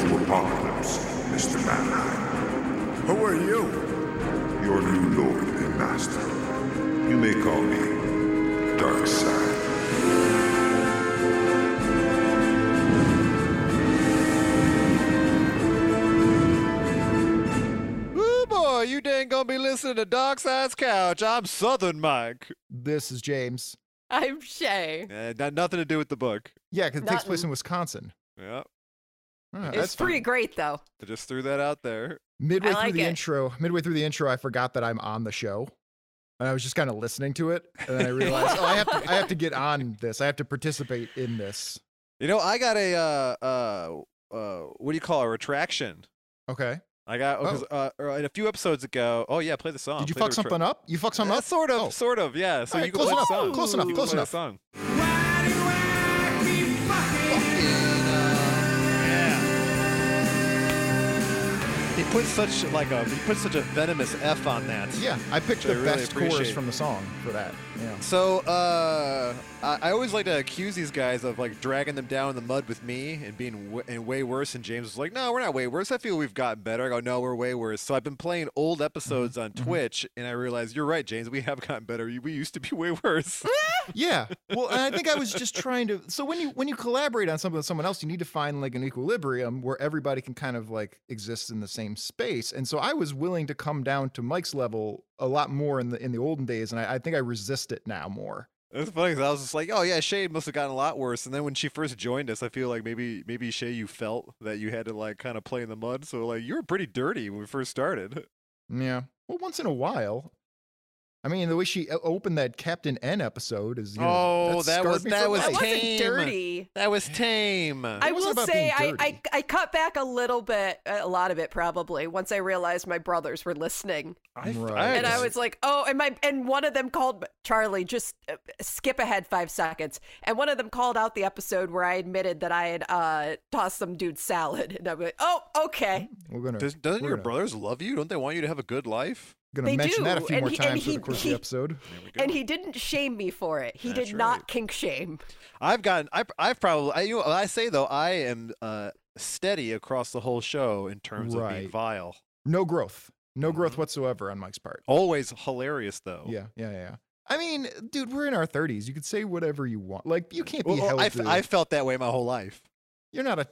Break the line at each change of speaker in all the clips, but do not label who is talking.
apocalypse, Mr. Manheim.
Who are you?
Your new lord and master. You may call me Darkseid.
Ooh, boy, you dang gonna be listening to Dark Side's Couch. I'm Southern Mike.
This is James.
I'm Shay.
Uh, got nothing to do with the book.
Yeah, 'cause it takes place
Nothing.
in Wisconsin.
Yeah,
Ah,
It's
that's fun.
pretty great though.
I just threw that out there.
Midway
I
through
like
the
it.
intro, midway through the intro, I forgot that I'm on the show, and I was just kind of listening to it, and then I realized, oh, I have to, I have to get on this. I have to participate in this.
You know, I got a uh uh uh what do you call it, a retraction?
Okay.
I got
Oh.
because uh, er, in a few episodes ago. Oh yeah, play the song.
Did you
play the
fuck
retra-
something up? You fuck something
Uh,
up?
sort of,
Oh.
sort of, yeah. So
All right,
you can
close
play the
enough,
song.
close enough,
You can
close
play the
enough.
Song. He put such like a he put such a venomous f on that.
Oh, Yeah, I picked
I
the
really
best chorus
appreciate
from the song for that. Yeah.
So uh, I, I always like to accuse these guys of like dragging them down in the mud with me and being w- and way worse. And James was like, "No, we're not way worse. I feel we've gotten better." I go, "No, we're way worse." So I've been playing old episodes on Twitch, and I realized you're right, James. We have gotten better. We used to be way worse.
Yeah. Well, and I think I was just trying to. So when you when you collaborate on something with someone else, you need to find like an equilibrium where everybody can kind of like exist in the same space. And so I was willing to come down to Mike's level a lot more in the in the olden days, and I, I think I resist it now more.
It's funny 'cause I was just like, "Oh yeah, Shay must have gotten a lot worse." And then when she first joined us, I feel like maybe maybe Shay, you felt that you had to like kind of play in the mud. So like you were pretty dirty when we first started.
Yeah. Well, once in a while. I mean, the way she o- opened that Captain N episode is. You know,
Oh, that
scarred
was-
me
that
for
was
life.
I wasn't
tame.
dirty.
That was tame.
I
wasn't
will
about
say
being
I, I
dirty.
I cut back a little bit, a lot of it probably. Once I realized my brothers were listening,
I, f-
Right.
and I
Yes.
was like, "Oh," and my and one of them called Charlie. Just uh, skip ahead five seconds, and one of them called out the episode where I admitted that I had uh, tossed some dude salad, and I'm like, "Oh, okay."
We're gonna.
Does, doesn't
we're
your
gonna-
brothers love you? Don't they want you to have a good life?
Gonna
They
mention that a
do,
few
and
more
he- and
times
he-
over the course of
he-
the episode.
There we
And he didn't shame me for it. He
Oh That's
did
right.
not kink shame.
I've gotten. I, I've probably. I, you know, I say though, I am uh, steady across the whole show in terms of being
Right.
vile.
No growth. No growth
Mhm.
whatsoever on Mike's part.
Always hilarious though.
Yeah, yeah, yeah. I mean, dude, we're in our 30s. You could say whatever you want. Like, you can't be
Well, well,
held
I, f-
to.
I felt that way my whole life.
You're not a.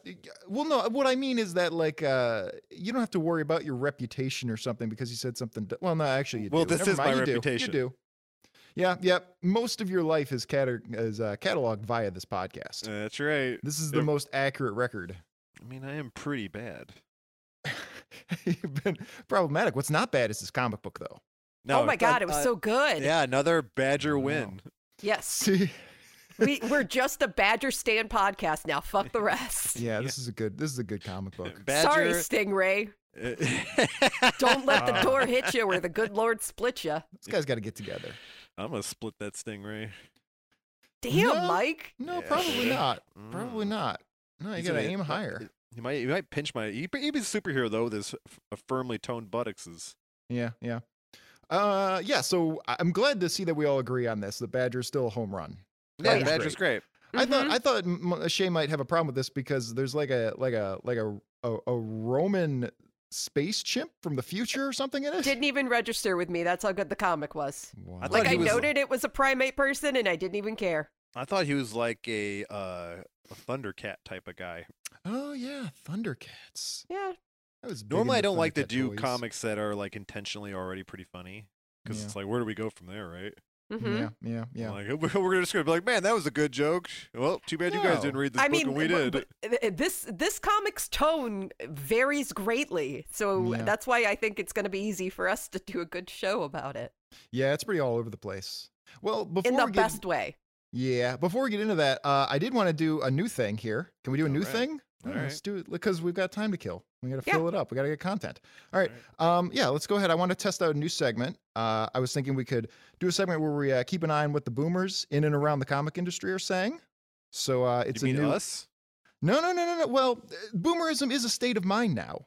Well, no. What I mean is that, like, uh, you don't have to worry about your reputation or something because you said something. d- Well, no, actually, you
Well,
do.
this
Never
is
mind,
my
you do,
reputation.
You do. Yeah, yep. Most of your life is, cata- is uh, cataloged via this podcast.
That's right.
this is the
it-
most accurate record.
I mean, I am pretty bad.
Oh
You've been problematic. What's not bad is this comic book, though.
No,
oh my
uh,
god, it was
uh,
so good.
Yeah, another Badger
Wow.
win.
Yes.
See,
we we're just a Badger Stan podcast now. Fuck the rest.
yeah, this is a good. This is a good comic book.
Sorry,
Badger.
Stingray. Don't let the door hit you or the good Lord split you.
This guy's got to get together.
I'm gonna split that stingray.
Damn,
No.
Mike.
No,
Yeah,
probably
yeah.
not. Probably
Mm.
not. No, you
He's
gotta
gonna-
aim
uh,
higher.
He might. He might pinch my. He, he'd be a superhero though. With his f- uh, firmly toned buttocks.
Yeah, yeah. Uh, yeah. So I- I'm glad to see that we all agree on this. The Badger's still a home run.
Yeah,
Badger's
Badger's great.
I
Mm-hmm.
thought I thought M- M- Shay might have a problem with this because there's like a like a like a a, a Roman space chimp from the future or something in it.
Didn't even register with me. That's how good the comic was.
Wow.
thought
Like
he
I
was-
noted it was a primate person and I didn't even care.
I thought he was like a uh, a Thundercat type of guy.
Oh yeah, Thundercats.
Yeah.
I was big
Normally, I
into
don't like to
Thundercat
do
toys.
comics that are like intentionally already pretty funny because
Yeah.
it's like, where do we go from there, right?
hmm
Yeah, yeah, yeah.
Like we're just gonna be like, man, that was a good joke. Well, too bad you guys
No.
didn't read this
I
book,
mean,
and we
w-
did.
w- th- this this comic's tone varies greatly, so
Yeah.
that's why I think it's going to be easy for us to do a good show about it
yeah, it's pretty all over the place. Well, before
in the
we get,
best way.
Yeah. Before we get into that, uh, I did want to do a new thing here. Can we do a
All
new
right.
thing? I
All
don't know, Let's do it because we've got time to kill. We got to
Yeah.
fill it up. We got to get content. All right. Um, yeah. Let's go ahead. I want to test out a new segment. Uh, I was thinking we could do a segment where we uh, keep an eye on what the boomers in and around the comic industry are saying. So uh, it's
you mean
a new.
us?
No, no, no, no, no. Well, uh, boomerism is a state of mind now.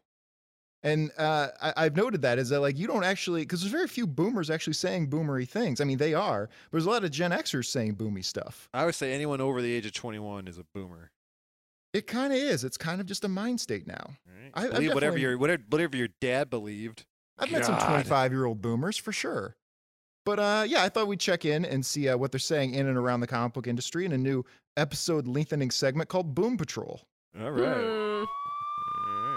And uh, I, I've noted that is that like you don't actually because there's very few boomers actually saying boomery things. I mean they are, but there's a lot of Gen Xers saying boomy stuff.
I would say anyone over the age of 21 is a boomer.
It kind of is. It's kind of just a mind state now. I- I've
Believe whatever
definitely-
your whatever, whatever your dad believed.
I've met some
God.
25 year old boomers for sure. But uh, yeah, I thought we'd check in and see uh, what they're saying in and around the comic book industry in a new episode lengthening segment called Boom Patrol.
All right.
Hmm.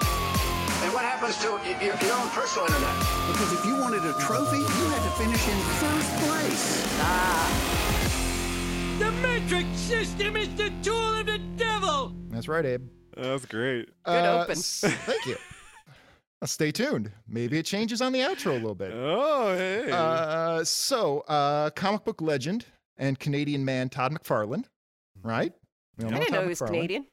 And what happens to y- your, your own personal internet? Because if you wanted a trophy, you had to finish in first place.
The metric system is the tool of the devil!
That's right, Abe.
That's great.
Good
Uh,
open.
s- thank you. Now stay tuned. Maybe it changes on the outro a little bit.
Oh, hey.
Uh, so, uh, comic book legend and Canadian man Todd McFarlane,
Mm-hmm.
right? We all
I didn't
Todd
know he was
McFarlane.
Canadian.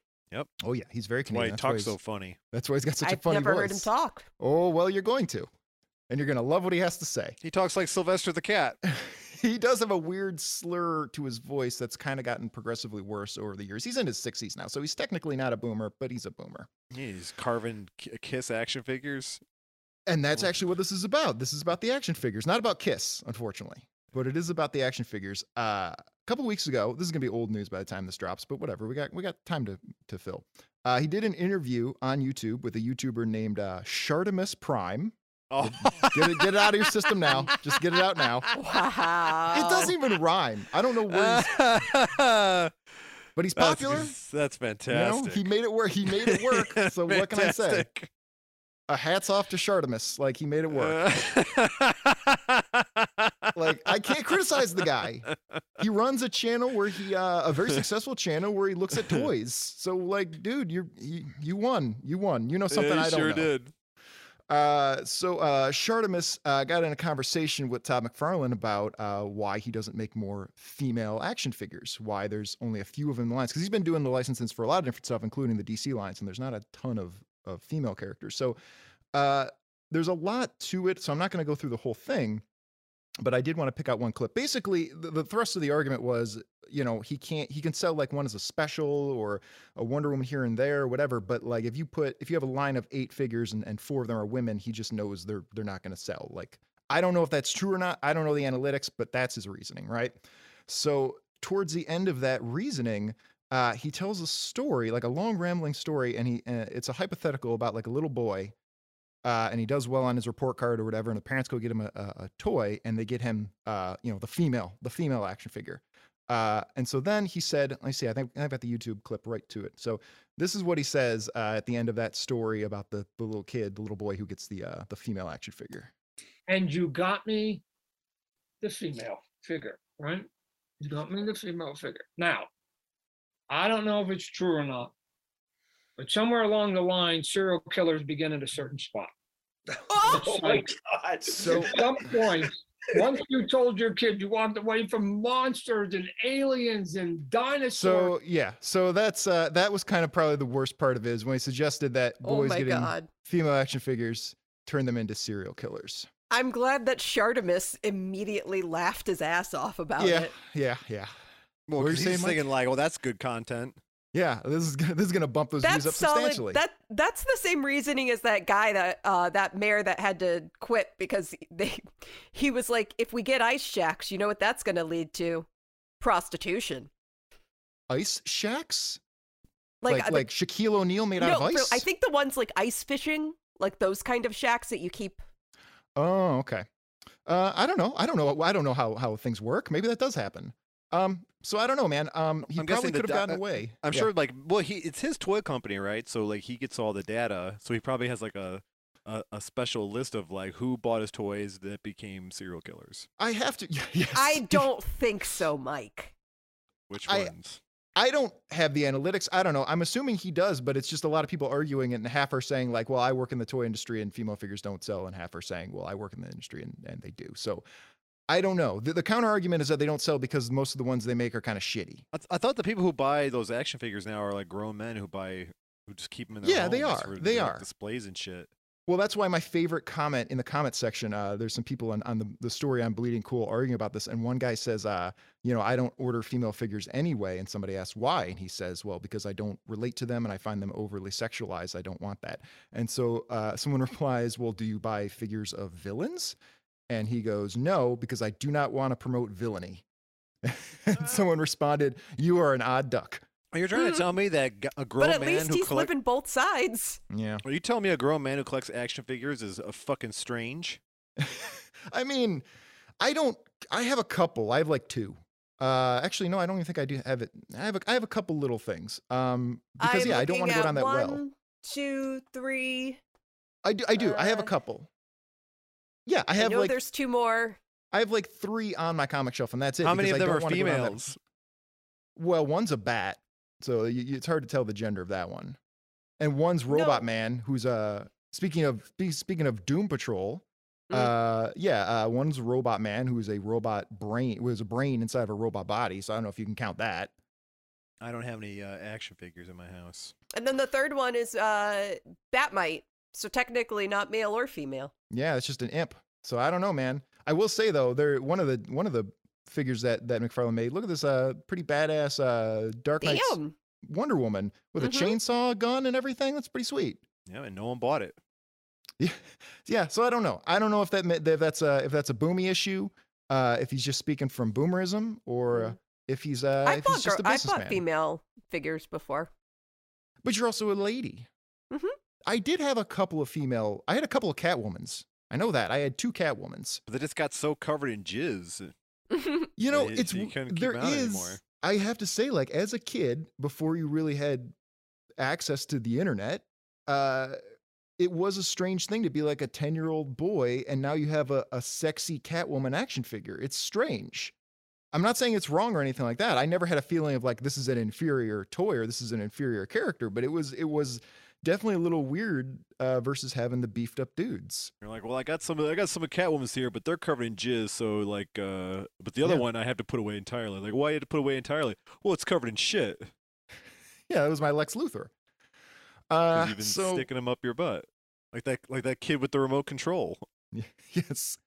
Oh yeah, he's very
That's why he
Canadian. That's why
talks
he's-
so funny.
That's why he's got such a
I've
funny
never heard him
voice.
talk.
Oh well, you're going to, and you're gonna love what he has to say.
He talks like Sylvester the cat.
He does have a weird slur to his voice that's kind of gotten progressively worse over the years. He's in his 60s now, so he's technically not a boomer, but he's a boomer.
He's carving ki- kiss action figures.
And that's
Oh.
actually what this is about. This is about the action figures, not about Kiss, unfortunately, but it is about the action figures. Uh, a couple weeks ago, this is gonna be old news by the time this drops, but whatever. We got we got time to to fill. Uh, he did an interview on YouTube with a YouTuber named uh, Shardimus Prime.
Oh,
Get it, get it out of your system now. Just get it out now.
Wow.
It
Uh,
doesn't even rhyme. I don't know where, he's, but
That's-
he's popular.
That's
You know,
fantastic.
he made it work. He made it work. So what can I say?
Fantastic.
A hats off to Shardimus. Like he made it work.
Uh,
like I can't criticize the guy. He runs a channel where he uh, a very successful channel where he looks at toys. So like, dude, you're you, you won. You won. You know something
he
I don't
sure
know.
did.
Uh, so uh, Shardimus uh, got in a conversation with Todd McFarlane about uh, why he doesn't make more female action figures, why there's only a few of them in the lines, because he's been doing the licenses for a lot of different stuff, including the DC lines, and there's not a ton of, of female characters. So uh, there's a lot to it. So I'm not going to go through the whole thing, but I did want to pick out one clip. Basically, the, the thrust of the argument was, you know, he can't, he can sell like one as a special or a Wonder Woman here and there, whatever. But like, if you put if you have a line of eight figures and, and four of them are women, he just knows they're they're not going to sell. Like, I don't know if that's true or not. I don't know the analytics, but that's his reasoning, right? So towards the end of that reasoning, uh, he tells a story, like a long rambling story, and he uh, it's a hypothetical about like a little boy. Uh, and he does well on his report card or whatever, and the parents go get him a, a, a toy, and they get him, uh, you know, the female, the female action figure. Uh, and so then he said, let me see, I think I've got the YouTube clip right to it. So this is what he says uh, at the end of that story about the, the little kid, the little boy who gets the uh, the female action figure.
and you got me the female figure, right? You got me the female figure. Now, I don't know if it's true or not, but somewhere along the line, serial killers begin at a certain spot.
Oh
It's
my
like,
God.
So
at some point, once you told your kid you walked away from monsters and aliens and dinosaurs,
so yeah, so that's uh, that was kind of probably the worst part of his when he suggested that
Oh
boys
my
getting
god.
female action figures turn them into serial killers.
I'm glad that Shardamus immediately laughed his ass off about
yeah,
it.
yeah, yeah,
Well,
What were you
'cause
saying,
he's
Mike?
thinking like, well, that's good content.
yeah. This is gonna, this is gonna bump those views up
That's
substantially.
solid. That that's the same reasoning as that guy that uh, that mayor that had to quit because they he was like, if we get ice shacks, you know what that's going to lead to? Prostitution.
ice shacks,
Like
like like,
uh, the-
Shaquille O'Neal made out
no,
of ice.
for- I think the ones like ice fishing, like those kind of shacks that you keep.
Oh, okay. Uh, I don't know. I don't know. I don't know how, how things work. Maybe that does happen. Um, so I don't know, man. Um, he
I'm guessing
probably
the
could have
da-
gotten
uh,
away.
I'm
Yeah.
sure, like, well, he it's his toy company, right? So like, he gets all the data. So he probably has like a a, a special list of like who bought his toys that became serial killers.
I have to. Yes.
I don't think so, Mike.
Which
I-
ones?
I don't have the analytics. I don't know. I'm assuming he does, but it's just a lot of people arguing it, and half are saying like, "Well, I work in the toy industry, and female figures don't sell," and half are saying, "Well, I work in the industry, and, and they do." So I don't know. The, the counter argument is that they don't sell because most of the ones they make are kind of shitty.
I, th- I thought the people who buy those action figures now are like grown men who buy who just keep them in their
Yeah, they
homes for
are. They
like,
are.
displays and shit.
Well, that's why my favorite comment in the comment section. Uh, there's some people on, on the, the story on Bleeding Cool arguing about this, and one guy says, uh, "You know, I don't order female figures anyway." And somebody asks why, and he says, "Well, because I don't relate to them, and I find them overly sexualized. I don't want that." And so uh, someone replies, "Well, do you buy figures of villains?" And he goes, "No, because I do not want to promote villainy." and someone responded, "You are an odd duck."
Are you Oh, trying to tell me that g- a grown
but at
man
least
who
he's
collect-
flipping both sides.
Yeah.
Are you telling me a grown man who collects action figures is a fucking strange?
I mean, I don't. I have a couple. I have like two. Uh, actually, no, I don't even think I do have it. I have a, I have a couple little things. Um, because
I'm
yeah, I don't
looking
want to go
at
down that well.
one, Two, three.
I do. I do. I have a
uh,
couple. Yeah, I
I,
have
know
like
there's two more.
I have like three on my comic shelf, and that's it.
How many
because I
of them
don't
are
wanna go down that-
females?
Well, one's a bat, so y y- it's hard to tell the gender of that one. And one's Robot Man, who's uh speaking of spe- speaking of Doom Patrol.
Mm.
Uh, yeah, uh, one's Robot Man, who's a robot brain, was a brain inside of a robot body. So I don't know if you can count that.
I don't have any uh, action figures in my house.
And then the third one is uh, Batmite. So technically not male or female.
Yeah, it's just an imp. So I don't know, man. I will say though, there one of the one of the figures that that McFarlane made. Look at this, uh, pretty badass, uh, Dark Knight's
Damn.
Wonder Woman with a
Mhm.
chainsaw gun and everything. That's pretty sweet.
Yeah, and no one bought it.
Yeah, yeah. So I don't know. I don't know if that ma- if that's a if that's a boomy issue, uh, if he's just speaking from boomerism, or uh,
Mm.
if he's uh,
I
if
bought
he's just
girl-
a
I bought
businessman.
female figures before.
But you're also a lady.
Mhm.
I did have a couple of female. I had a couple of Catwomans. I know that I had two Catwomans.
But they just got so covered in jizz.
You know,
Yeah,
it's
you
w-
couldn't keep
there
out
is.
anymore.
I have to say, like as a kid, before you really had access to the internet, uh, it was a strange thing to be like a ten-year-old boy, and now you have a, a sexy Catwoman action figure. It's strange. I'm not saying it's wrong or anything like that. I never had a feeling of like this is an inferior toy or this is an inferior character, but it was it was definitely a little weird uh, versus having the beefed up dudes.
You're like, well, I got some, I got some of Catwoman's here, but they're covered in jizz. So like, uh, but the other
Yeah.
one I have to put away entirely. Like, why you had to put away entirely? Well, it's covered in shit. 'cause
Yeah, that was my Lex Luthor. Uh,
you've been
so,
sticking them up your butt, like that, like that kid with the remote control.
yes.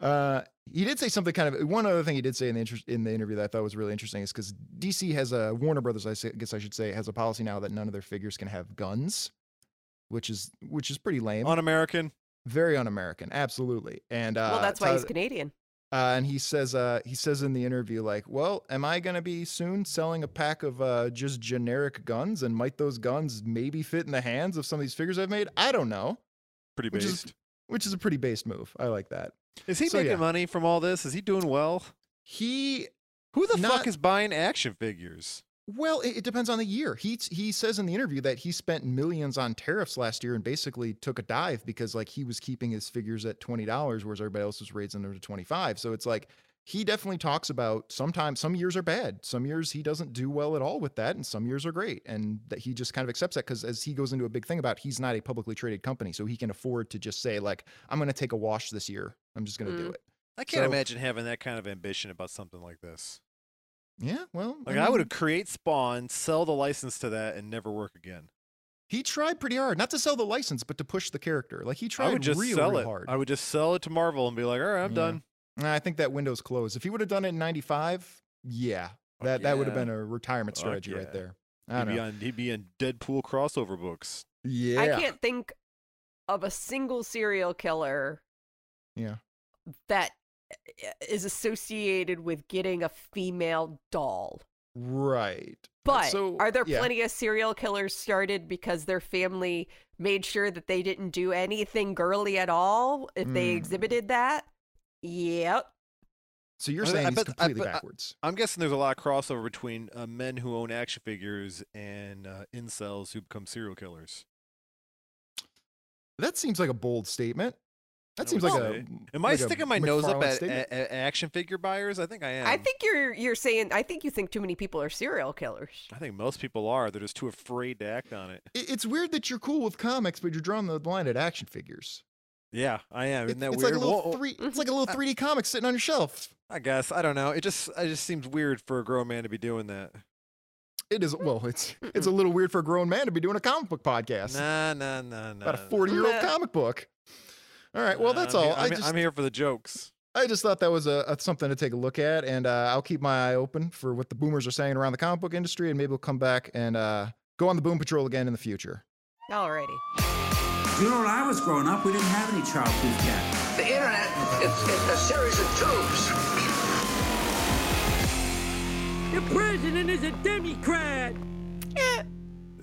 Uh, he did say something kind of one other thing he did say in the inter- in the interview that I thought was really interesting is because DC has a Warner Brothers, I say- guess I should say, has a policy now that none of their figures can have guns, which is which is pretty lame,
On American,
very un-American, absolutely. And uh,
well, that's why
so-
he's Canadian.
uh, and he says uh, he says in the interview like, well, am I gonna be soon selling a pack of uh, just generic guns, and might those guns maybe fit in the hands of some of these figures I've made? I don't know,
pretty
Which
based.
is- which is a pretty based move. I like that.
Is he
So,
making
yeah.
money from all this? Is he doing well?
He
Who the
Not-
fuck is buying action figures?
Well, it, it depends on the year. He he says in the interview that he spent millions on tariffs last year and basically took a dive because like he was keeping his figures at twenty dollars, whereas everybody else was raising them to twenty five. So it's like he definitely talks about sometimes some years are bad, some years he doesn't do well at all with that, and some years are great, and that he just kind of accepts that because as he goes into a big thing about he's not a publicly traded company, so he can afford to just say like I'm going to take a wash this year, I'm just going to do
Mm.
it.
I can't
So-
imagine having that kind of ambition about something like this.
Yeah, well,
Like I
mean-
would have create Spawn, sell the license to that, and never work again.
He tried pretty hard, not to sell the license, but to push the character. Like he tried
I would just
real,
sell
real
it.
hard.
I would just sell it to Marvel and be like, all right, I'm
Yeah.
done.
And I think that window's closed. If he would have done it in '95, yeah,
Fuck
that that would have
Oh, yeah.
been a retirement
Fuck
strategy
yeah.
right there. I
He'd
don't
be
know.
on. He'd be in Deadpool crossover books.
yeah,
I can't think of a single serial killer
yeah.
that uh, is associated with getting a female doll.
Right.
But
so,
are there
yeah.
plenty of serial killers started because their family made sure that they didn't do anything girly at all if they
Mm.
exhibited that? Yep.
So you're
I- I
saying he's
bet- I
completely
bet- I-
backwards?
I'm guessing there's a lot of crossover between uh, men who own action figures and uh, incels who become serial killers.
that seems like a bold statement. That
I
seems
would
like
say.
a.
Am I
like a
sticking my nose up
McFarlane
at,
statement.
at- at action figure buyers? I think I am.
I think you're you're saying I think you think too many people are serial killers.
I think most people are. They're just too afraid to act on it.
It- it's weird that you're cool with comics, but you're drawing the line at action figures.
Yeah, I am. Isn't
It's-
that
it's
weird?
like a little
Well,
three. It's like a little 3D comic sitting on your shelf.
I guess I don't know. It just it just seems weird for a grown man to be doing that.
It is well, it's it's a little weird for a grown man to be doing a comic book podcast
Nah, nah, nah, nah.
about a
nah.
forty year old
Nah.
comic book. All right, well
Nah,
that's
I'm
all.
Here,
I
I'm, he-
just
I'm here for the jokes.
I just thought that was a, a something to take a look at, and uh, I'll keep my eye open for what the boomers are saying around the comic book industry, and maybe we'll come back and uh, go on the boom patrol again in the future.
Alrighty.
You know, when I was growing up, we didn't have any childproof cats.
The internet is, is a series of tubes.
The president is a Democrat.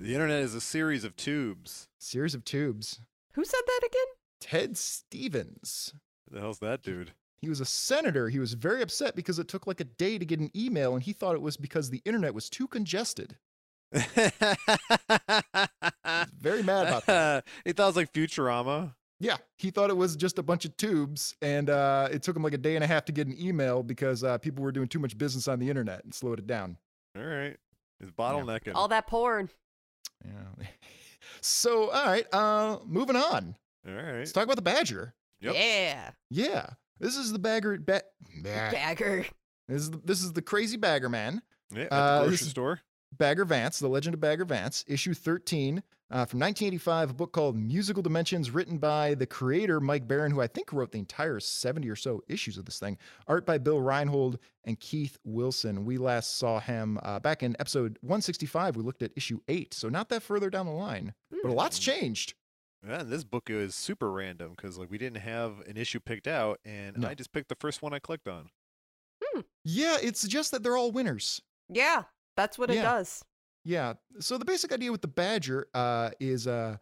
The internet is a series of tubes.
Series of tubes.
Who said that again?
Ted Stevens.
Who The hell's that dude?
He was a senator. He was very upset because it took like a day to get an email, and he thought it was because the internet was too congested. He's very mad about that.
he thought it was like Futurama.
Yeah, he thought it was just a bunch of tubes, and uh, it took him like a day and a half to get an email because uh, people were doing too much business on the internet and slowed it down.
All right. It's bottlenecking.
All that porn.
Yeah. so, all right, uh, moving on.
All right.
Let's talk about the Badger.
Yep.
Yeah.
Yeah, this is the Bagger. Ba- Bah.
Bagger.
This is the, this is the crazy Bagger man.
Yeah, at
Uh,
the
this
grocery
is-
store.
Bagger Vance, The Legend of Bagger Vance, issue 13 uh, from 1985, a book called Musical Dimensions, written by the creator Mike Barron, who I think wrote the entire 70 or so issues of this thing. Art by Bill Reinhold and Keith Wilson. We last saw him uh, back in episode 165. We looked at issue 8, so not that further down the line, but a lot's changed.
Yeah, and this book is super random because like we didn't have an issue picked out, and
No.
I just picked the first one I clicked on.
Yeah, it suggests that they're all winners.
Yeah. That's what it
Yeah.
does.
Yeah. So the basic idea with the Badger uh, is uh,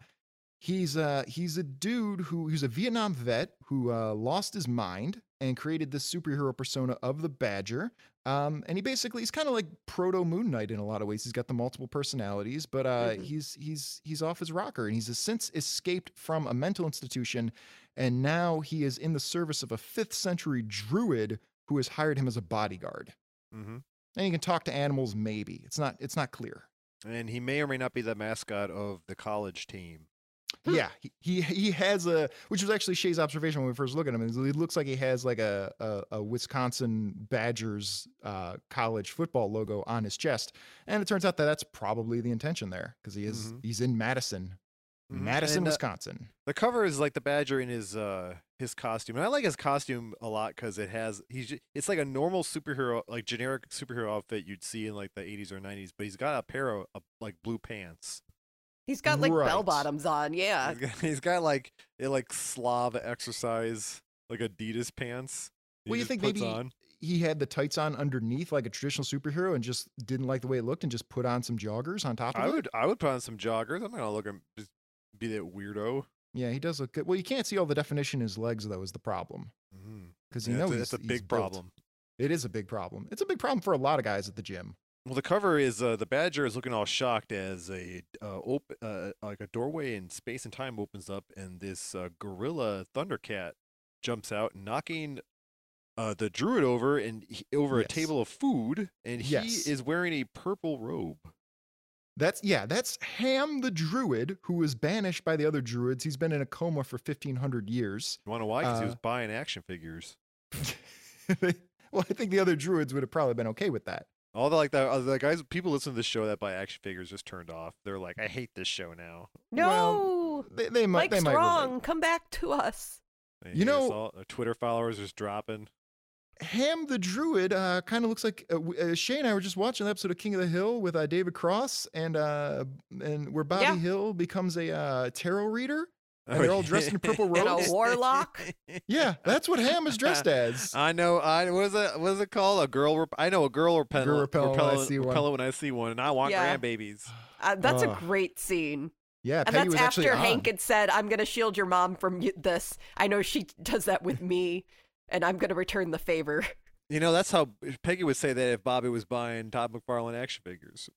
he's uh, he's a dude who who's a Vietnam vet who uh, lost his mind and created this superhero persona of the Badger. Um, and he basically he's kind of like proto Moon Knight in a lot of ways. He's got the multiple personalities, but uh,
Mhm.
he's he's he's off his rocker, and he's since escaped from a mental institution, and now he is in the service of a fifth century druid who has hired him as a bodyguard.
Mm-hmm.
And he can talk to animals, maybe. It's not it's not clear.
And he may or may not be the mascot of the college team.
Hmm.
Yeah, he, he he has a which was actually Shay's observation when we first look at him. Is he looks like he has like a a, a Wisconsin Badgers uh, college football logo on his chest, and it turns out that that's probably the intention there because he is
Mhm.
he's in Madison,
Mhm.
Madison,
And, uh,
Wisconsin.
The cover is like the badger in his uh his costume, and I like his costume a lot because it has he's ju- it's like a normal superhero like generic superhero outfit you'd see in like the 80s or 90s, but he's got a pair of uh, like blue pants.
He's got like bell
Right.
bottoms on.
Uh,
Yeah.
He's got, he's got like it like Slav exercise like Adidas pants. that
Well,
he
you
just
think
puts
maybe
on.
he had the tights on underneath like a traditional superhero and just didn't like the way it looked and just put on some joggers on top of
I
it?
would I would put on some joggers. I'm not gonna look and just be that weirdo.
Yeah, he does look good. Well, you can't see all the definition in his legs though is the problem
Mhm.
because you
Yeah,
know
it's a-
he's-
it's a
he's
big
built.
problem.
It is a big problem. It's a big problem for a lot of guys at the gym.
Well, the cover is uh, the badger is looking all shocked as a uh, op- uh, like a doorway in space and time opens up, and this uh, gorilla thundercat jumps out, knocking uh, the druid over and he- over
Yes.
a table of food, and he
Yes.
is wearing a purple robe.
That's yeah, that's Ham the Druid who was banished by the other druids. He's been in a coma for 1500 years.
You want to why? Because he
Uh,
was buying action figures.
well, I think the other druids would have probably been okay with that.
All the like the, uh, the guys, people listen to the show that buy action figures just turned off. They're like, I hate this show now.
No.
They, they might
Mike's
they might
wrong.
relate.
Come back to us.
They
You
hate us
know-
all. their Twitter followers are just dropping.
Ham the Druid uh, kind of looks like uh, w- uh, Shay and I were just watching an episode of King of the Hill with uh, David Cross and uh, and where Bobby
Yeah.
Hill becomes a uh, tarot reader. And
Oh,
they're all dressed in
yeah.
purple
And a
robes.
warlock.
Yeah, that's what Ham is dressed as.
Uh,
I know. I what is it? What is it called? A girl. Rep- I know a girl repel.
Girl repel when I
repellent-
see one.
repellent when I see one, and I want
Yeah.
grandbabies.
Uh, that's a
Ugh.
great scene.
Yeah,
And
Peggy was
that's
actually
after
on.
Hank had said, I'm going to shield your mom from y- this. I know she does that with me, and I'm going to return the favor.
You know, that's how Peggy would say that if Bobby was buying Todd McFarlane action figures.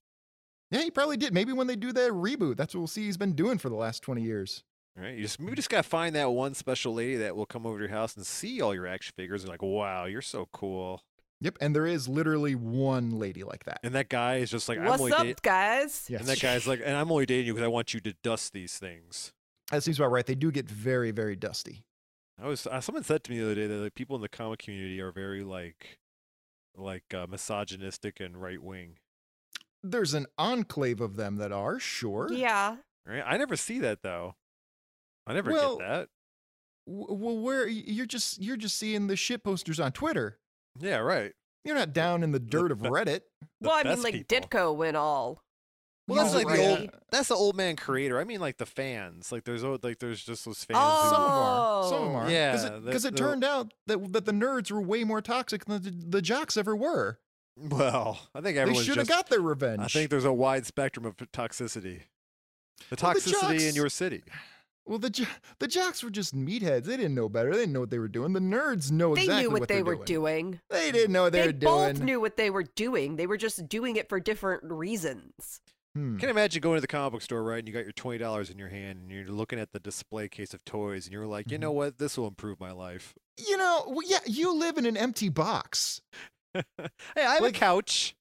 Yeah, he probably did. Maybe when they do that reboot, that's what we'll see he's been doing for the last 20 years.
Right? You just we just gotta find that one special lady that will come over to your house and see all your action figures and like, wow, you're so cool.
Yep. And there is literally one lady like that.
And that guy is just like, I'm
What's
only
up,
dating.
guys?
Yes.
And that guy's like, and I'm only dating you because I want you to dust these things.
that seems about right. They do get very, very dusty.
I was uh, someone said to me the other day that like people in the comic community are very like, like uh, misogynistic and right wing.
There's an enclave of them that are, sure.
Yeah.
Right? I never see that though. I never
Well-
get that.
W- Well, where y- you're just you're just seeing the shit posters on Twitter.
Yeah, right.
You're not down in the dirt of
the-
Reddit.
The
well, I mean,
best
like
people.
Ditko went all.
Well, that's
Yeah,
like the
right.
old. That's the old man creator. I mean, like the fans. Like there's al- like there's just those fans.
uh, Some of
Oh.
them are. Some of them are.
Yeah,
Because it,
that-
'cause it
they'll-
turned out that, that the nerds were way more toxic than the, the jocks ever were.
Well, I think
They
everyone's
should have
just.
got their revenge.
I think there's a wide spectrum of toxicity. The
Well, the
toxicity in
jocks-
your city.
well, the jo- the jocks were just meatheads. They didn't know better. They didn't know what they were doing. The nerds know
They
exactly
knew what, they
they're
were
doing.
doing.
They didn't know what they,
They
were
both
doing.
knew what they were doing. They were just doing it for different reasons.
Hmm.
Can't imagine going to the comic book store, right? And you got your twenty dollars in your hand, and you're looking at the display case of toys, and you're like, you know what? This will improve my life.
You know, well, yeah, you live in an empty box.
Hey, I have
Like-
a couch.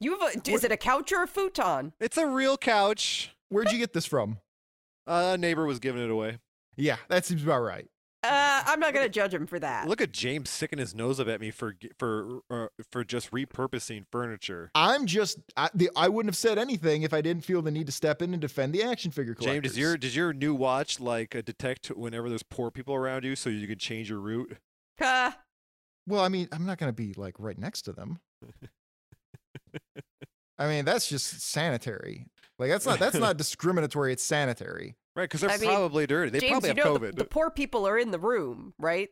You have a, is it a couch or a futon?
It's a real couch.
Where'd you get this from?
Uh, a neighbor was giving it away.
Yeah, that seems about right.
Uh, I'm not gonna judge him for that.
Look at James sicking his nose up at me for g- for uh, for just repurposing furniture.
I'm just I, the, I wouldn't have said anything if I didn't feel the need to step in and defend the action figure collectors.
James, does your does your new watch like uh, detect whenever there's poor people around you, so you can change your route?
Uh,
Well, I mean, I'm not going to be like right next to them. I mean, that's just sanitary. Like that's not that's not discriminatory. It's sanitary.
Right, because they're
I mean,
probably dirty. They
James,
probably
you
have
know the-
COVID.
The, poor people are in the room, right?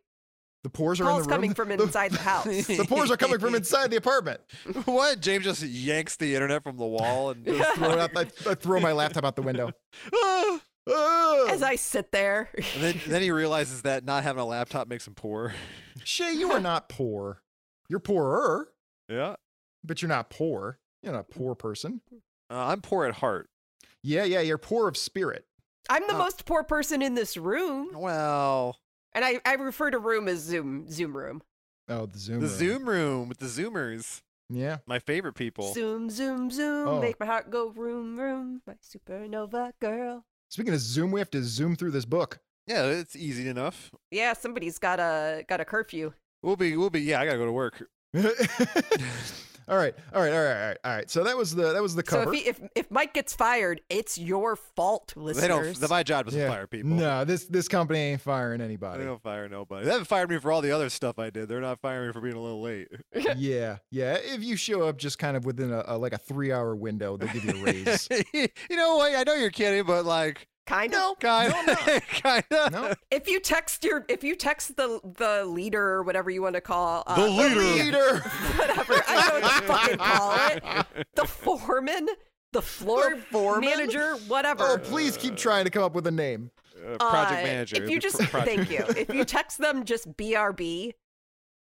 The pores are in
Calls
the room.
coming from inside the house.
the pores are coming from inside the apartment.
what? James just yanks the internet from the wall and just
Throw it out, I, I throw my laptop out the window.
"Ah,
Oh.
ah."
As I sit there,
And then, then he realizes that not having a laptop makes him poor.
Shay, you are not poor. You're poorer,
Yeah.
but you're not poor. You're not a poor person.
Uh, I'm poor at heart.
Yeah, yeah, you're poor of spirit.
I'm the
Uh.
most poor person in this room,
Well,
and I, I refer to room as Zoom Zoom room.
Oh, the Zoom.
the
room.
Zoom room with the Zoomers,
Yeah.
my favorite people.
Zoom Zoom Zoom,
Oh.
make my heart go room room. My supernova girl.
Speaking of Zoom, we have to zoom through this book.
Yeah, it's easy enough.
Yeah, somebody's got a got a curfew.
We'll be, we'll be. Yeah, I gotta go to work.
all right, all right, all right, all right, all right. So that was the that was the cover.
So if, he, if if Mike gets fired, it's your fault, listeners.
They don't. The, my job doesn't
Yeah.
fire people.
No, this this company ain't firing
They
anybody.
don't fire nobody. They haven't fired me for all the other stuff I did. They're not firing me for being a little late.
yeah, yeah. If you show up just kind of within a, a like a three hour window, they'll give you a raise.
you know what? I know you're kidding, but like,
kind of.
kind
no, I'm
of, kind of.
no,
If you text your if you text the the leader or whatever you want to call uh,
The leader.
leader.
whatever I don't know what you fucking call it, the foreman, the floor
The foreman?
manager, whatever.
Oh, please keep trying to come up with a name.
Uh,
Uh,
project manager.
If you
the pro-
just
project
thank you.
manager.
If you text them just BRB,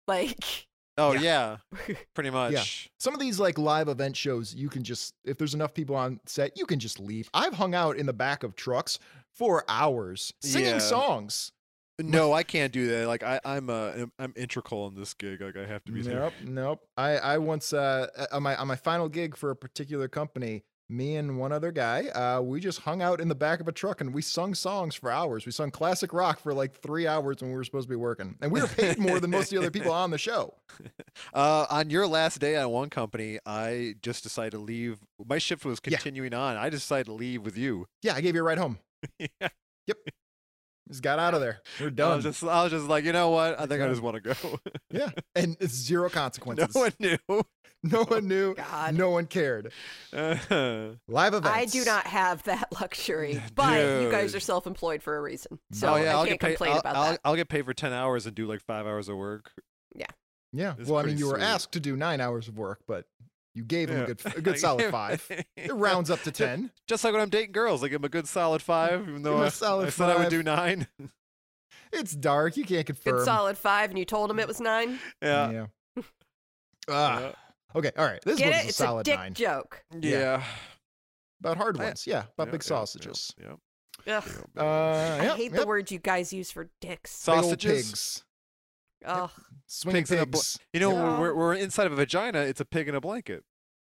like
Oh yeah, pretty much.
Some of these like live event shows, you can just if there's enough people on set, you can just leave. I've hung out in the back of trucks for hours singing
Yeah.
songs.
No, I can't do that. Like I, I'm uh, I'm- I'm integral in this gig. Like I have to be there.
Nope, nope. I I once uh uh, on my on my final gig for a particular company, me and one other guy, uh, we just hung out in the back of a truck and we sung songs for hours. We sung classic rock for like three hours when we were supposed to be working, and we were paid more than most of the other people on the show.
Uh, on your last day at one company, I just decided to leave. My shift was
Yeah.
continuing on. I decided to leave with you.
Yeah, I gave you a ride home.
Yeah.
Yep. Just got out of there. We're
I
done.
was just, I was just like, you know what? I think I just want to go.
yeah, and it's zero
no
consequences.
one knew.
No one knew.
God.
No one cared.
Uh,
Live events.
I do not have that luxury. But you guys
Dude.
are self-employed for a reason, so
oh, yeah,
I
will
can't
get paid.
complain
I'll,
about
I'll,
that.
I'll get paid for ten hours and do like five hours of work.
Yeah.
It's
well, I mean,
pretty
you were
sweet.
asked to do nine hours of work, but you gave him
Yeah.
a good, a good solid five. It rounds up to
Ju-
ten.
Just like when I'm dating girls, I give them a good solid five, even though
them a
I,
solid
I said I would
five.
do nine.
It's dark. You can't confirm.
Good solid five, and you told him it was nine.
Yeah.
Yeah. Ah.
Yeah.
Okay. All right. This
Get
was
it?
a
It's a
solid
dick
nine.
joke.
Yeah.
Yeah.
About hard
I-
ones. Yeah. About
Yeah,
big
yeah, yeah,
sausages.
Yeah.
Ugh,
Uh,
Oh,
yeah,
I hate
yep.
the word you guys use for dicks.
Big old
Sausages.
Pigs.
Ugh.
Swinging
Pigs in a bl-
pigs.
You know,
Yep.
when
Yeah.
we're, we're inside of a vagina, it's a pig in a blanket.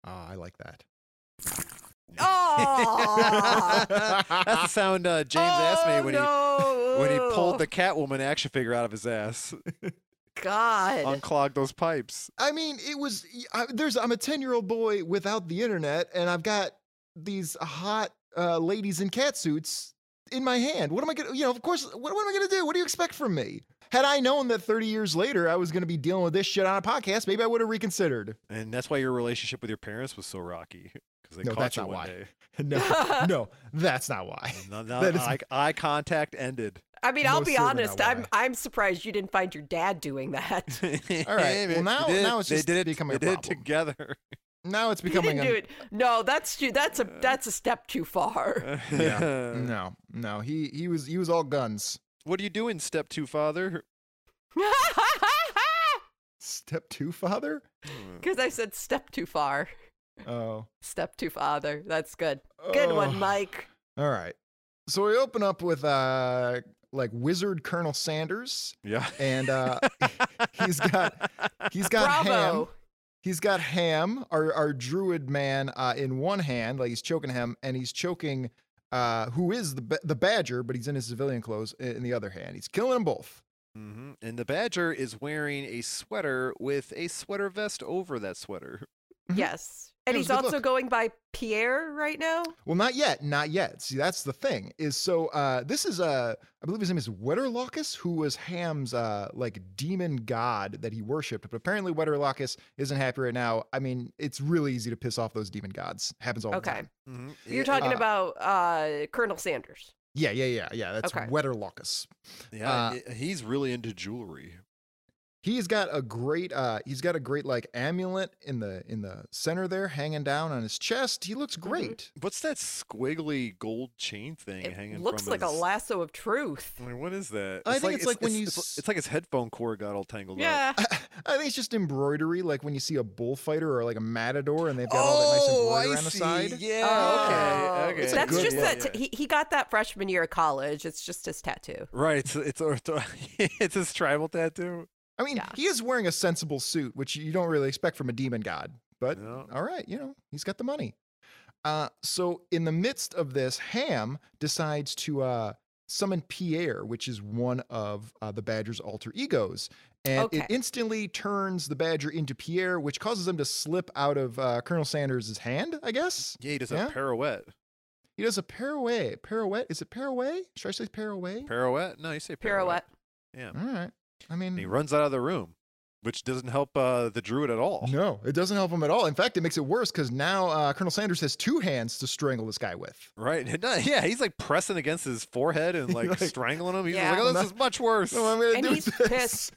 Ah, I like that.
Oh,
That's the sound uh, James asked me when
no.
he when he pulled the Catwoman action figure out of his ass,
God.
unclogged those pipes.
I mean, it was. I, there's. I'm a ten year old boy without the internet, and I've got these hot uh, ladies in cat suits in my hand. What am I gonna? You know, of course. What, what am I gonna do? What do you expect from me? Had I known that 30 years later I was gonna be dealing with this shit on a podcast, maybe I would have reconsidered.
And that's why your relationship with your parents was so rocky because they
No,
caught
that's
you
not
one
why.
day.
No, no, that's not why.
And now- now
That is-
eye, eye contact ended.
I mean, I'll
No
be
sir would
honest.
not
I'm
lie.
I'm surprised you didn't find your dad doing that.
All
right, well, now- now it's just
they did it,
becoming a
they did it
problem.
together.
Now it's
You
becoming
didn't
un-
do it. No, that's too, that's a that's a step too far.
Yeah. no, no. He he was he was all guns.
What are you doing, step two, father?
Step two, father.
Because I said step too far.
Oh,
Step too father. That's good. Good
Oh.
one, Mike.
all right. So we open up with uh like wizard Colonel Sanders,
Yeah.
and uh he's got he's got ham.
Bravo.
He's got Ham, our, our druid man, uh, in one hand, like he's choking him, and he's choking uh, who is the ba- the badger, but he's in his civilian clothes. i- In the other hand, he's killing them both.
hmm And the badger is wearing a sweater with a sweater vest over that sweater.
Mhm.
Yes. And
It was
he's
a good
also
look.
going by Pierre right now.
Well, not yet, not yet. See, that's the thing is. So uh, this is uh, I believe his name is Wetterlocus, who was Ham's uh, like demon god that he worshipped. But apparently, Wetterlocus isn't happy right now. I mean, it's really easy to piss off those demon gods. Happens all the
Okay.
time.
Mhm.
You're talking
uh,
about uh, Colonel Sanders.
Yeah, yeah, yeah, yeah. That's
Okay.
Wetterlocus.
Yeah,
uh,
i- he's really into jewelry.
he's got a great uh he's got a great like amulet in the in the center there hanging down on his chest he
Mm-hmm.
looks great
What's that squiggly gold chain thing hanging?
It looks
from
like a
his- Mm-hmm.
lasso of truth.
I mean, what is that?
I think it's like when you
it's,
s-
it's like his headphone cord got all tangled up.
Yeah.
i think it's just embroidery like when you see a bullfighter or like a matador and they've got all that nice embroidery on the side
Yeah.
Oh.
okay. Okay.
That's
good
just
look.
that he, he got that freshman year of college. It's just his tattoo.
Right. It's it's, ortho- it's his tribal tattoo.
i mean
Yeah.
he is wearing a sensible suit which you don't really expect from a demon god but
No.
all right you know he's got the money uh so in the midst of this ham decides to uh summon pierre which is one of uh, the badger's alter egos and it
Okay.
instantly turns the badger into Pierre, which causes him to slip out of uh, Colonel Sanders' hand, I guess.
Yeah, he does
Yeah.
a pirouette.
He does a pirouette. Pirouette? Is it pirouette? Should I say pirouette?
Pirouette? No, you say
Pirouette.
pirouette. Yeah.
All right. I
And he
mean,
runs out of the room, which doesn't help uh, the druid at all.
no, it doesn't help him at all. In fact, it makes it worse because now uh, Colonel Sanders has two hands to strangle this guy with.
Right? No, yeah, he's like pressing against his forehead and like,
Like-
strangling him. He's
Yeah.
like, oh, this
Not-
is much worse.
No, I'm gonna
And
do
he's
this.
pissed.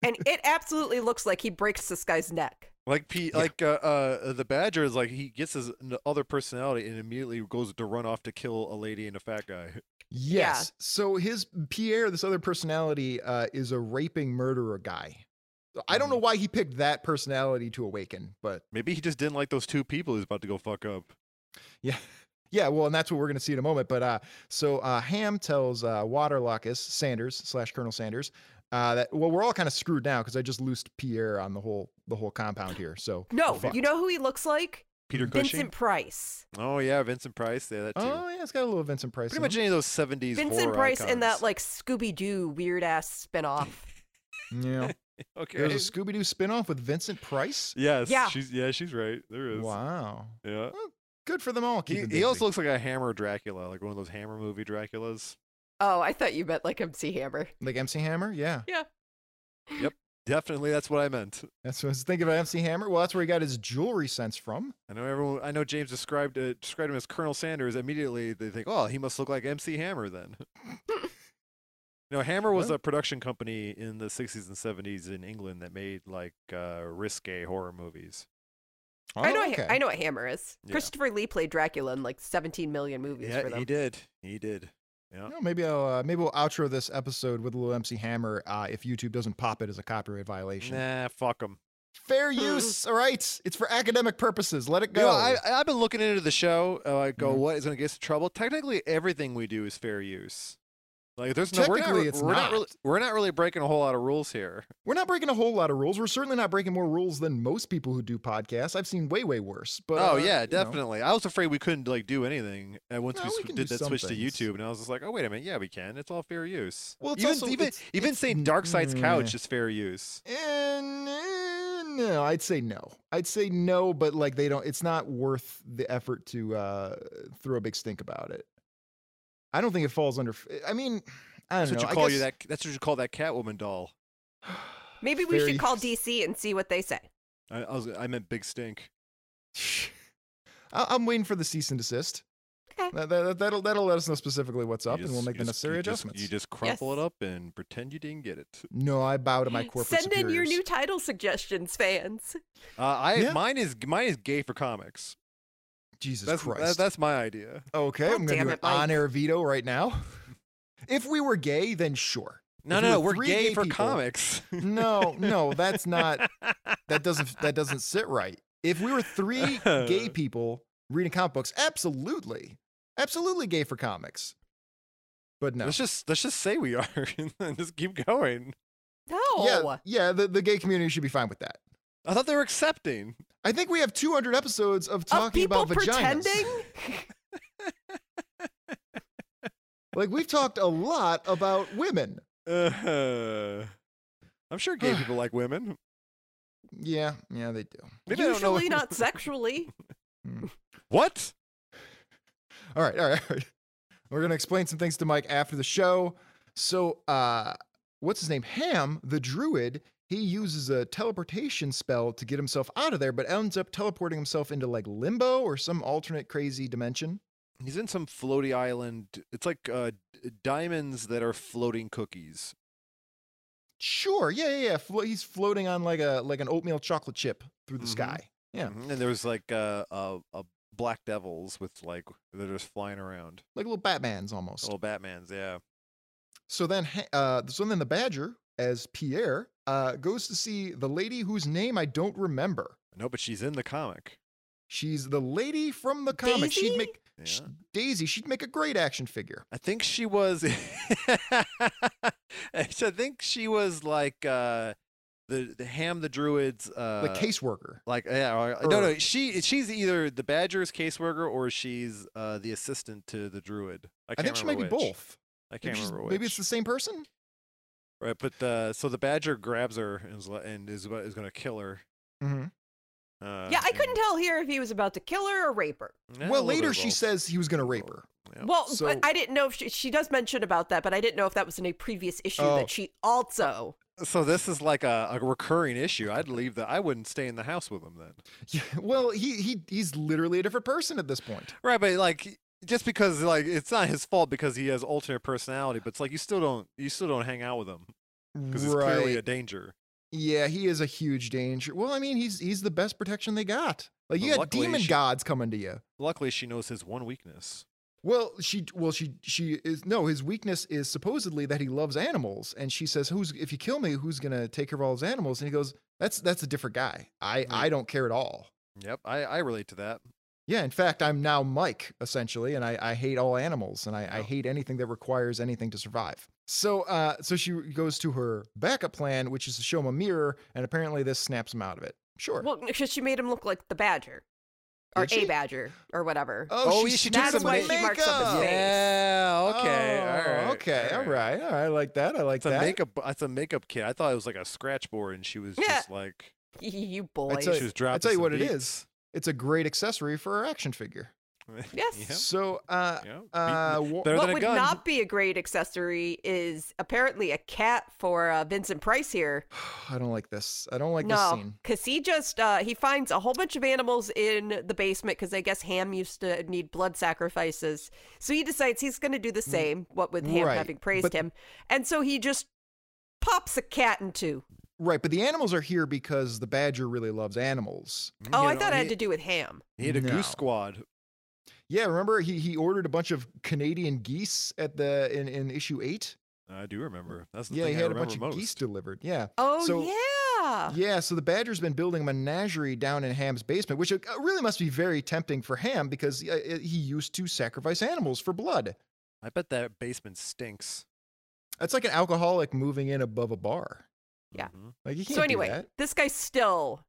And it absolutely looks like he breaks this guy's neck.
Like P, like uh, uh, the Badger is like he gets his n- other personality and immediately goes to run off to kill a lady and a fat guy.
Yes. So his Pierre, this other personality, uh, is a raping murderer guy. So I
Mm-hmm.
don't know why he picked that personality to awaken, but
Maybe he just didn't like those two people he's about to go fuck up.
yeah. Yeah, well, and that's what we're going to see in a moment. But uh, so uh, Ham tells uh, Waterlockus, Sanders slash Colonel Sanders, uh, that well, we're all kind of screwed now because I just loosed Pierre on the whole the whole compound here. So
No,
fuck.
you know who he looks like?
Peter Cushing.
Vincent Price.
Oh yeah, Vincent Price. Yeah, that too.
oh yeah, it's got a little Vincent Price.
Pretty
in
much
it.
any of those '70s.
Vincent
horror
Price
icons.
in that like Scooby Doo weird ass spinoff.
yeah.
Okay.
There's a Scooby Doo spinoff with Vincent Price.
Yes.
Yeah.
She's yeah. She's right. There is.
Wow,
Yeah.
good for them all.
He,
keeping
he also
busy.
looks like a hammer Dracula, like one of those hammer movie Draculas.
Oh, I thought you meant like MC Hammer.
like MC Hammer. Yeah,
Definitely, that's what I meant.
That's what I was thinking about MC Hammer. Well, that's where he got his jewelry sense from.
I know everyone. I know James described uh, described him as Colonel Sanders. Immediately, they think, "Oh, he must look like MC Hammer." Then, no, Hammer was
Well-
a production company in the '60s and '70s in England that made like uh, risque horror movies.
I know.
Oh,
what ha-
okay.
I know what Hammer is.
Yeah.
Christopher Lee played Dracula in like 17 million movies for
Yeah,
them.
he did. He did. Yeah.
No, maybe I'll uh, maybe we'll outro this episode with a little MC Hammer uh, if YouTube doesn't pop it as a copyright violation.
Nah, fuck him.
Fair use, all right. It's for academic purposes. Let it
You
go.
know, I, I've been looking into the show. Uh, I go,
Mhm.
what is going to get us in trouble? Technically, everything we do is fair use. Like, there's no. We're not,
Technically,
re-
it's
we're
not.
really, we're not really breaking a whole lot of rules here.
We're not breaking a whole lot of rules. We're certainly not breaking more rules than most people who do podcasts. I've seen way way worse. But
oh
uh, you
yeah,
know.
definitely. I was afraid we couldn't like do anything, and once
No,
we,
we
sw-
can
did
do
that
some
switch to
things.
YouTube, and I was just like, oh wait a minute, yeah, we can. It's all fair use.
Well, it's
even
also-
even
it's-
even
it's-
saying Dark Side's couch
Mm.
is fair use.
And, uh, no, I'd say no. I'd say no, but like they don't. It's not worth the effort to uh, throw a big stink about it. I don't think it falls under. f- I mean, I
That's
don't
what
know.
you
I
call you
guess-
that. That's what you call that Catwoman doll.
Maybe we
Fair
should call
use.
DC and see what they say.
I, I was I meant Big Stink.
I- I'm waiting for the cease and desist.
Okay. Okay.
That, that, that'll that'll let us know specifically what's up,
You
and we'll
just-
make
you
the
just-
necessary
you just-
adjustments.
you just crumple it up and pretend you didn't get it.
no, I bow to my corporate
Send in your
superiors.
new title suggestions, fans.
Uh, I
Yeah.
mine is mine is gay for comics.
Jesus
That's that-
Christ.
that's my idea.
okay,
God
I'm gonna
Oh, damn
do
it,
an
Mike.
on-air veto right now. If we were gay, then sure.
No,
If
no,
we
no,
were
we're
three
gay,
gay
for
people-
comics.
No, no, that's not. That doesn't that doesn't sit right. If we were three gay people reading comic books, absolutely, absolutely gay for comics. But no,
Let's just let's just say we are and just keep going.
No.
yeah, yeah, the, the gay community should be fine with that.
I thought they were accepting.
I think we have 200 episodes of
Of
talking
people
about vaginas.
pretending?
Like we've talked a lot about women.
Uh, I'm sure gay people like women.
Yeah, yeah, they do.
Maybe I don't know.
Usually
what-
not sexually.
What?
All right, all right, all right. We're gonna explain some things to Mike after the show. So, uh, what's his name? Ham, the druid. He uses a teleportation spell to get himself out of there, but ends up teleporting himself into like limbo or some alternate crazy dimension.
He's in some floaty island. It's like uh, d- diamonds that are floating cookies.
Sure, yeah, yeah, yeah. Flo- he's floating on like a like an oatmeal chocolate chip through the
Mhm.
sky. Yeah,
Mhm, And there was like uh, uh, uh, black devils with like they're just flying around.
like little Batman's almost.
Little Batman's, yeah.
So then, ha- uh, so then the Badger, as Pierre, uh, goes to see the lady whose name I don't remember.
No, but she's in the comic.
She's the lady from the comic. She'd
Daisy?
make
Yeah.
sh- Daisy. She'd make a great action figure.
I think she was. I think she was like uh, the the Ham the Druid's uh,
Like caseworker.
Like yeah, or- no, no.
Or-
She she's either the Badger's caseworker or she's uh, the assistant to the Druid. I,
I
can't
think she might
remember
be
which.
both.
I can't
Maybe, she's-
remember which.
maybe it's the same person.
right, but uh, so the Badger grabs her and is, li- and is about- is going to kill her.
Mm-hmm.
Uh,
yeah, I
and-
couldn't tell here if he was about to kill her or rape her.
Yeah, a
Well,
little bit
later
of
she
both.
says he was going to rape her.
Yeah.
Well,
So-
but I didn't know if she, she does mention about that, but I didn't know if that was in a previous issue
Oh.
that she also.
So this is like a, a recurring issue. I'd leave the I wouldn't stay in the house with him then.
Yeah, well, he he he's literally a different person at this point.
Right, but like just because like it's not his fault because he has alternate personality, but it's like you still don't you still don't hang out with him because it's clearly a danger.
Yeah, he is a huge danger. Well, I mean, he's he's the best protection they got. Like you
But
got
luckily
demon
she-
gods coming to you.
Luckily, she knows his one weakness.
Well, she well she she is no, his weakness is supposedly that he loves animals and she says who's if you kill me who's going to take care of all his animals and he goes that's that's a different guy. I I don't care at all.
Yep, I, I relate to that.
Yeah, in fact, I'm now Mike essentially and I I hate all animals and I
Oh.
I hate anything that requires anything to survive. So uh so she goes to her backup plan which is to show him a mirror and apparently this snaps him out of it. Sure.
Well, because she made him look like the badger or
Did she?
a badger or whatever.
Oh, yeah, she took
That's
some
why she marks up his face.
Yeah, okay, all
Oh,
right,
Okay, all right, all right. I like that. I like
It's a
that.
makeup. It's a makeup kit. I thought it was like a scratch board, and she was
Yeah.
just like
you boys.
tell
she
you-
was dropping.
I tell you
some
what it
beats.
is. It's a great accessory for her action figure.
Yes.
So, uh,
Yep, yep. Beat-
uh, wha-
better
What
than a
would
gun.
not be a great accessory is apparently a cat for uh, Vincent Price here.
I don't like this. I don't like this
no,
scene.
because he just uh, he finds a whole bunch of animals in the basement because I guess Ham used to need blood sacrifices, so he decides he's going to do the same. What with Ham
Mm, right,
having praised
but-
him, and so he just pops a cat in two.
Right, but the animals are here because the badger really loves animals.
Oh,
You
I
know,
thought it had
he-
to do with Ham.
He had a
No.
goose squad.
Yeah, remember he he ordered a bunch of Canadian geese at the in, in issue eight.
I do remember. That's the
Yeah, he
thing I
had a
remember
bunch of
most.
geese delivered. Yeah.
Oh
So-
yeah.
Yeah, so the Badger's been building a menagerie down in Ham's basement, which uh, really must be very tempting for Ham because uh, uh, he used to sacrifice animals for blood.
I bet that basement stinks.
That's like an alcoholic moving in above a bar.
Yeah.
Mhm.
Like you can't
So
do
anyway,
that.
this guy still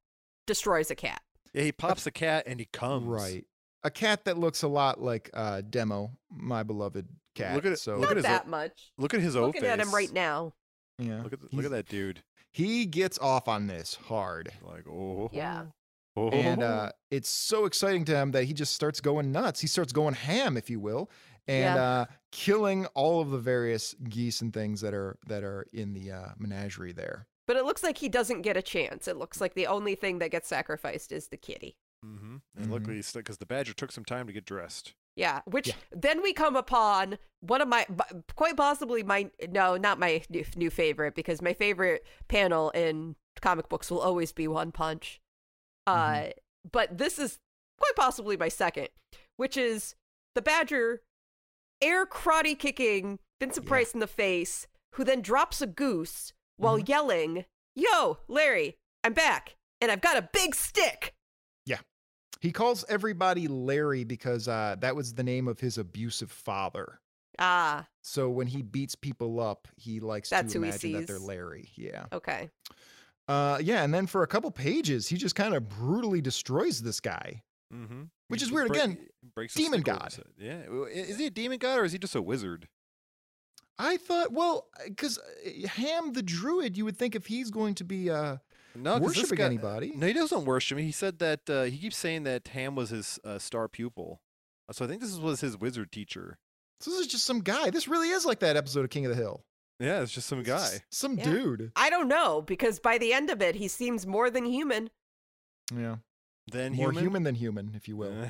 destroys a cat.
Yeah, he pops a cat and he comes.
right? A cat that looks a lot like uh, Demo, my beloved cat.
Look at it-
So
look at
Not
his
that
o-
much.
Look at his O
Looking at him
face.
right now.
yeah,
Look at th-
He's-
look at that dude.
He gets off on this hard,
Like oh.
Yeah.
oh.
and uh, it's so exciting to him that he just starts going nuts. He starts going ham, if you will, and
Yeah.
uh, killing all of the various geese and things that are that are in the uh, menagerie there.
But it looks like he doesn't get a chance. It looks like the only thing that gets sacrificed is the kitty.
mm-hmm.
mm-hmm.
hmm And luckily, because the badger took some time to get dressed.
Yeah, which then we come upon one of my, b- quite possibly my, no, not my new, new favorite, because my favorite panel in comic books will always be One Punch. Uh, but this is quite possibly my second, which is the Badger air karate kicking Vincent Price in the face, who then drops a goose while yelling, Yo, Larry, I'm back, and I've got a big stick.
He calls everybody Larry because uh, that was the name of his abusive father.
Ah,
So when he beats people up, he likes
That's
to
who he
imagine that they're
sees.
Larry. Yeah.
okay.
Uh, yeah. And then for a couple pages, he just kind of brutally destroys this guy.
Mm-hmm.
Which is weird, again,
Breaks
demon
stick over
god.
his head. Yeah, Well, i- is he a demon god or is he just a wizard?
I thought, well, because Ham the Druid, you would think if he's going to be uh,
No, 'cause this
worshiping
guy-
anybody.
No, he doesn't worship him. He said that uh, he keeps saying that Ham was his uh, star pupil, Uh, so I think this was his wizard teacher.
So this is just some guy. This really is like that episode of King of the Hill.
Yeah, it's just some
It's
guy.
just Some
Yeah.
dude.
I don't know because by the end of it, he seems more than human.
Yeah.
Then
More
human,
human than human, if you will.
Uh,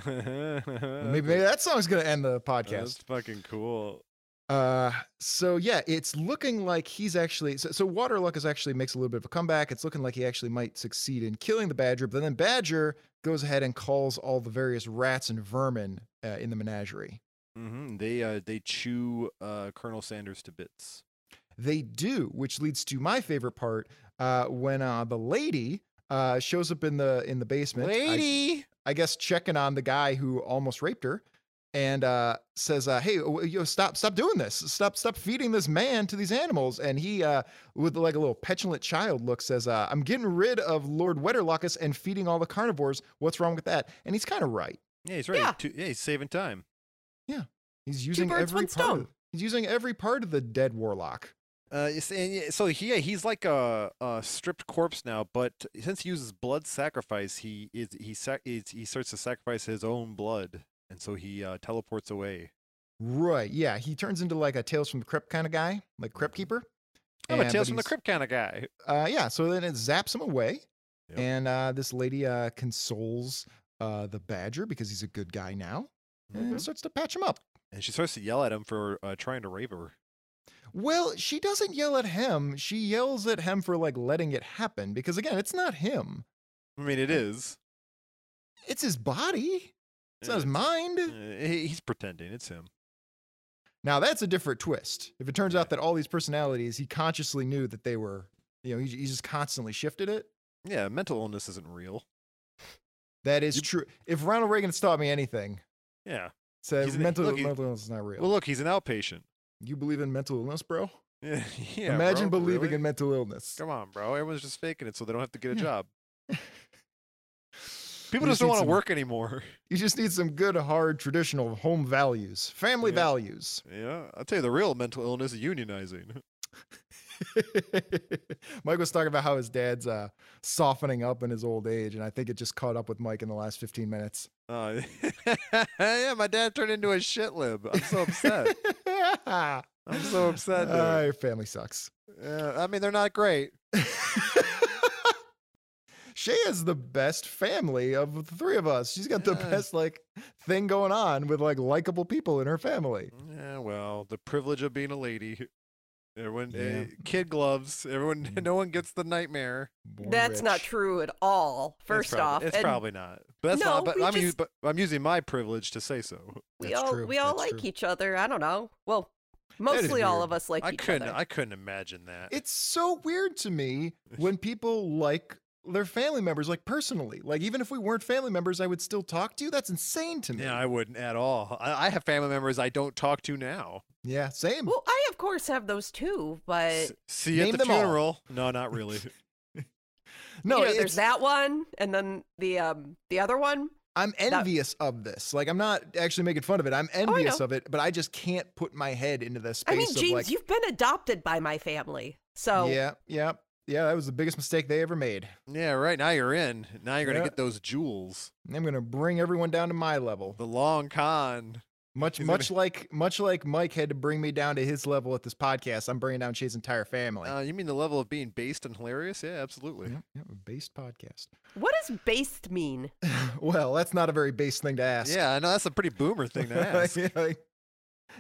maybe,
Maybe, maybe that song's going to end the podcast.
That's fucking cool.
Uh, so yeah, it's looking like he's actually so, so Waterluck is actually makes a little bit of a comeback. It's looking like he actually might succeed in killing the Badger, but then Badger goes ahead and calls all the various rats and vermin uh, in the menagerie.
hmm They uh, they chew uh, Colonel Sanders to bits.
They do, which leads to my favorite part uh, when uh, the lady uh, shows up in the in the basement. I- I guess checking on the guy who almost raped her and uh says uh hey w- yo stop stop doing this stop stop feeding this man to these animals and he uh with like a little petulant child look says uh i'm getting rid of lord wetterlockus and feeding all the carnivores what's wrong with that and he's kind of right
yeah, he's right.
Yeah.
Two- yeah, he's saving time.
he's using
birds,
every
one
part of-
stone.
he's using every part of the dead warlock
Uh, you see- and yeah, so he, yeah, he's like a, a stripped corpse now, but since he uses blood sacrifice, he is he sac- is, he starts to sacrifice his own blood, and so he uh, teleports away.
right yeah he turns into like a tales from the crypt kind of guy like crypt keeper
Mm-hmm. I'm a
And-
Oh, Tales
but
from the
he's-
Crypt kind of guy.
uh, yeah, so then it zaps him away,
Yep.
and uh, this lady uh, consoles uh, the badger because he's a good guy now,
Mm-hmm.
and starts to patch him up.
And she starts to yell at him for uh, trying to rape her.
Well, she doesn't yell at him; she yells at him for like letting it happen because again, it's not him;
I mean, it is.
it's his body, it's not his mind.
Uh, he- he's pretending. It's him.
Now that's a different twist. If it turns
Yeah.
out that all these personalities, he consciously knew that they were, you know, he, he just constantly shifted it.
Yeah, mental illness isn't real.
That is true. If Ronald Reagan has taught me anything,
Yeah.
said
He's an-
mental,
look, he-
mental illness is not real.
Well, look, he's an outpatient.
You believe in mental illness, bro?
yeah. bro,
Imagine believing
really?
in mental illness.
Come on, bro. Everyone's just faking it so they don't have to get a job. People
You
just don't
need
want to
some-
work anymore.
You just need some good, hard, traditional home values, family
Yeah.
values.
Yeah, I'll tell you the real mental illness is unionizing.
Mike was talking about how his dad's uh, softening up in his old age, and I think it just caught up with Mike in the last 15 minutes.
Uh, yeah, my dad turned into a shit lib. I'm so upset. I'm so upset. dude.
Ah, your family sucks.
Yeah, I mean, they're not great.
She has the best family of the three of us. She's got the
Yeah.
best like thing going on with like likable people in her family.
Yeah, well, the privilege of being a lady. Everyone,
Yeah. Mm.
eh, kid gloves. Everyone, no one gets the nightmare.
Born
That's not
rich.
true at all.
It's
First
probably-
off,
it's
and
probably not. But that's not.
No,
But
we
I'm, u-
just-
but I'm using my privilege to say so.
we
That's
all
true.
we all
That's
like
true.
each other. I don't know. Well, mostly all
weird.
of us like
I
each
couldn't.
other.
I couldn't imagine that.
It's so weird to me when people like their family members, like personally. Like even if we weren't family members, I would still talk to you. That's insane to me.
yeah, I wouldn't at all. I, I have family members I don't talk to now.
Yeah, same.
Well, I of course have those too, but
S- See you
Uh, Name
at the
them all.
funeral. No, not really.
no,
you know,
it's-
there's that one, and then the um the other one.
I'm envious of this. Like I'm not actually making fun of it. I'm envious
Oh, know.
of it, but I just can't put my head into the space
I mean,
of
James,
like
you've been adopted by my family, so
Yeah, yeah. Yeah, that was the biggest mistake they ever made.
yeah, right. Now you're in. Now you're gonna
Yeah.
get those jewels.
And I'm gonna bring everyone down to my level.
The long con.
Much,
He's gonna-
much like, much like Mike had to bring me down to his level at this podcast. I'm bringing down Shay's entire family.
Uh, you mean the level of being based and hilarious? Yeah, absolutely.
Yep, yep, a based podcast.
What does based mean?
Well, that's not a very based thing to ask.
Yeah, I know that's a pretty boomer thing to ask.
Yeah, like,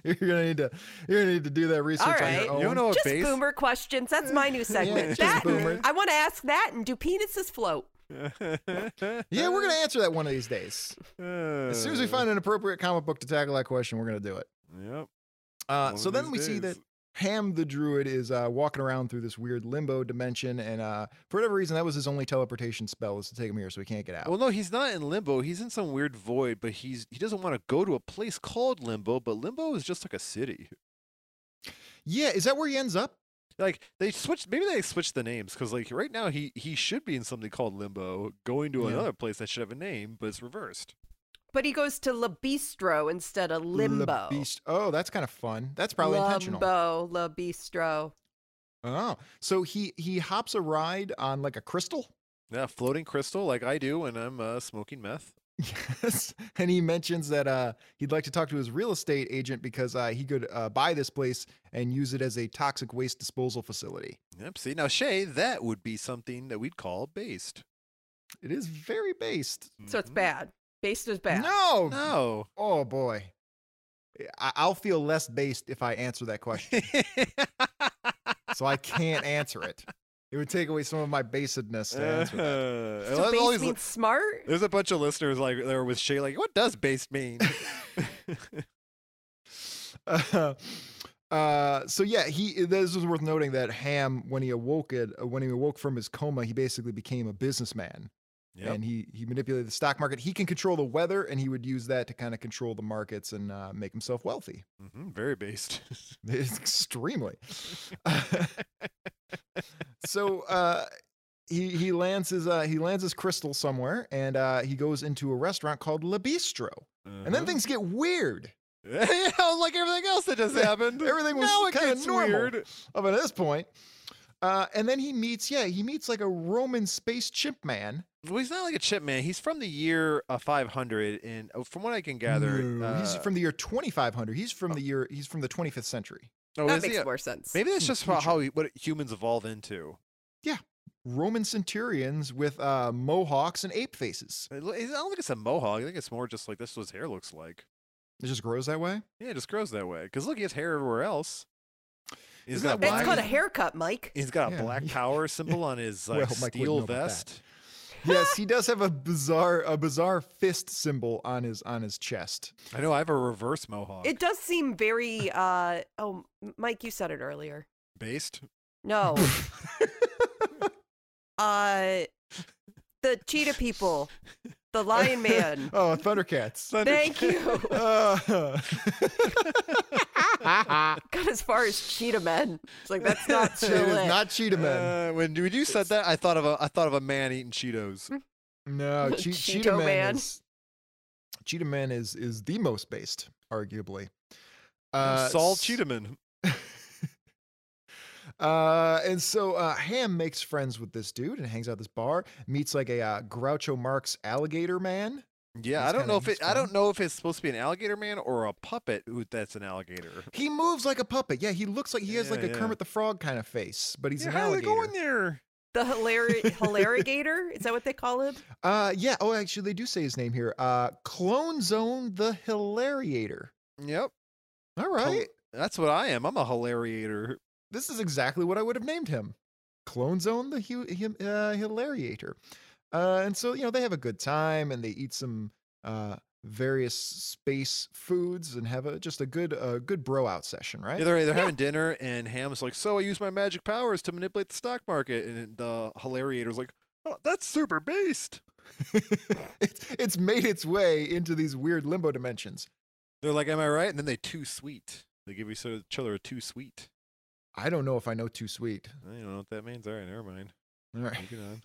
you're gonna need to, you're gonna need to do that research on
right.
your own.
You don't know what
Just
base?
boomer questions. That's my new segment.
Oh, just
that
boomer.
I want to ask that. And do penises float?
Yeah, we're gonna answer that one of these days. As soon as we
Uh,
find an appropriate comic book to tackle that question, we're gonna do it.
Yep.
Uh,
One
so
of
then
these
we see
days.
that Ham the Druid is uh, walking around through this weird limbo dimension, and uh, for whatever reason, that was his only teleportation spell is to take him here, so he can't get out.
Well, no, he's not in limbo. He's in some weird void, but he's he doesn't want to go to a place called limbo. But limbo is just like a city.
yeah, is that where he ends up?
Like they switched, maybe they switched the names because like right now he he should be in something called limbo, going to
Yeah.
another place that should have a name, but it's reversed.
But he goes to La Bistro instead of Limbo.
The beast. Oh, that's kind of fun. That's probably intentional.
Limbo, La Bistro.
Oh, so he he hops a ride on like a crystal.
Yeah, floating crystal like I do when I'm uh, smoking meth.
Yes, and he mentions that uh, he'd like to talk to his real estate agent because uh, he could uh, buy this place and use it as a toxic waste disposal facility.
Yep. See now, Shay, that would be something that we'd call based.
It is very based.
So it's bad. Based is bad.
Mm-hmm. No,
No.
Oh boy, Eh, I- I'll feel less based if I answer that question, so I can't answer it. It would take away some of my basedness to answer that.
Uh,
So
all
based
these li-
means smart.
There's a bunch of listeners like there with Shay like, what does based mean?
Uh, uh, so yeah, he. This is worth noting that Ham, when he awoke it, uh, when he awoke from his coma, he basically became a businessman,
Yep.
and he he manipulated the stock market. He can control the weather, and he would use that to kind of control the markets and uh, make himself wealthy.
hmm very based.
extremely. so uh, he he lands his uh, he lands his crystal somewhere, and uh, he goes into a restaurant called La Bistro, and
Uh-huh.
then things get weird.
yeah, like everything else that just happened.
Everything was
now it
kinda
gets
normal.
weird.
Up at this point. Uh, and then he meets, yeah, he meets like a Roman space chimp man.
Well, he's not like a chip man. He's from the year uh, 500, and uh, from what I can gather,
No, he's
uh,
from the year 2500. He's from the year, he's from the 25th century.
oh,
that
is he
makes
a-
more sense.
Maybe that's just about how he, what humans evolve into.
Roman centurions with uh, mohawks and ape faces.
It lo- I don't think it's a mohawk. I think it's more just like this is what his hair looks like.
It just grows that way.
Yeah, it just grows that way. Because look, he has hair everywhere else. He's
Isn't
got
that
That's
why-
called a
black.
haircut, Mike.
He's got a
Yeah.
black power symbol on his
Well,
like,
Mike wouldn't
steel
know about that.
vest.
yes, he does have a bizarre a bizarre fist symbol on his on his chest.
I know I have a reverse mohawk.
It does seem very. uh Oh, M- Mike, you said it earlier.
based.
No. uh, the cheetah people, the lion man.
Oh, Thundercats.
Thank you.
Uh,
Got as far as cheetah men. It's like that's not
it
so
is
lit.
not Cheetah Man.
Uh, when, when you said that, I thought of a I thought of a man eating
Mm-hmm.
Cheetos.
no, che-
Cheeto
Cheetah Man.
Man.
Is, Cheetah Man is is the most based, arguably. Uh,
Saul
s-
Cheetaman.
Uh, and so uh, Ham makes friends with this dude and hangs out at this bar. Meets like a uh, Groucho Marx alligator man.
Yeah, I
He's
don't know if
kinda-
it,
he's
I don't
fun.
know if it's supposed to be an alligator man or a puppet who that's an alligator.
He moves like a puppet. Yeah, he looks like he has like
Yeah,
a
yeah.
Kermit the Frog kind of face, but he's
yeah,
an
how are they
alligator.
going there?
The hilari- hilarigator. Is that what they call him?
Uh, yeah. Oh, actually, they do say his name here. Uh, Clone Zone the Hilariator.
Yep,
All right.
that's what I am. I'm a hilariator.
This is exactly what I would have named him. Clone Zone the hu- him, uh, Hilariator. Uh, and so you know they have a good time and they eat some uh various space foods and have a just a good uh good bro out session, right?
Yeah, they're, they're having dinner, and Ham's like, "So I use my magic powers to manipulate the stock market," and the hilariator's like, "Oh, that's super based."
it's it's made its way into these weird limbo dimensions.
They're like, "Am I right?" And then they too sweet. They give each other each other a too sweet.
I don't know if I know too sweet.
I don't know what that means. All right, never mind.
All right.
Moving on.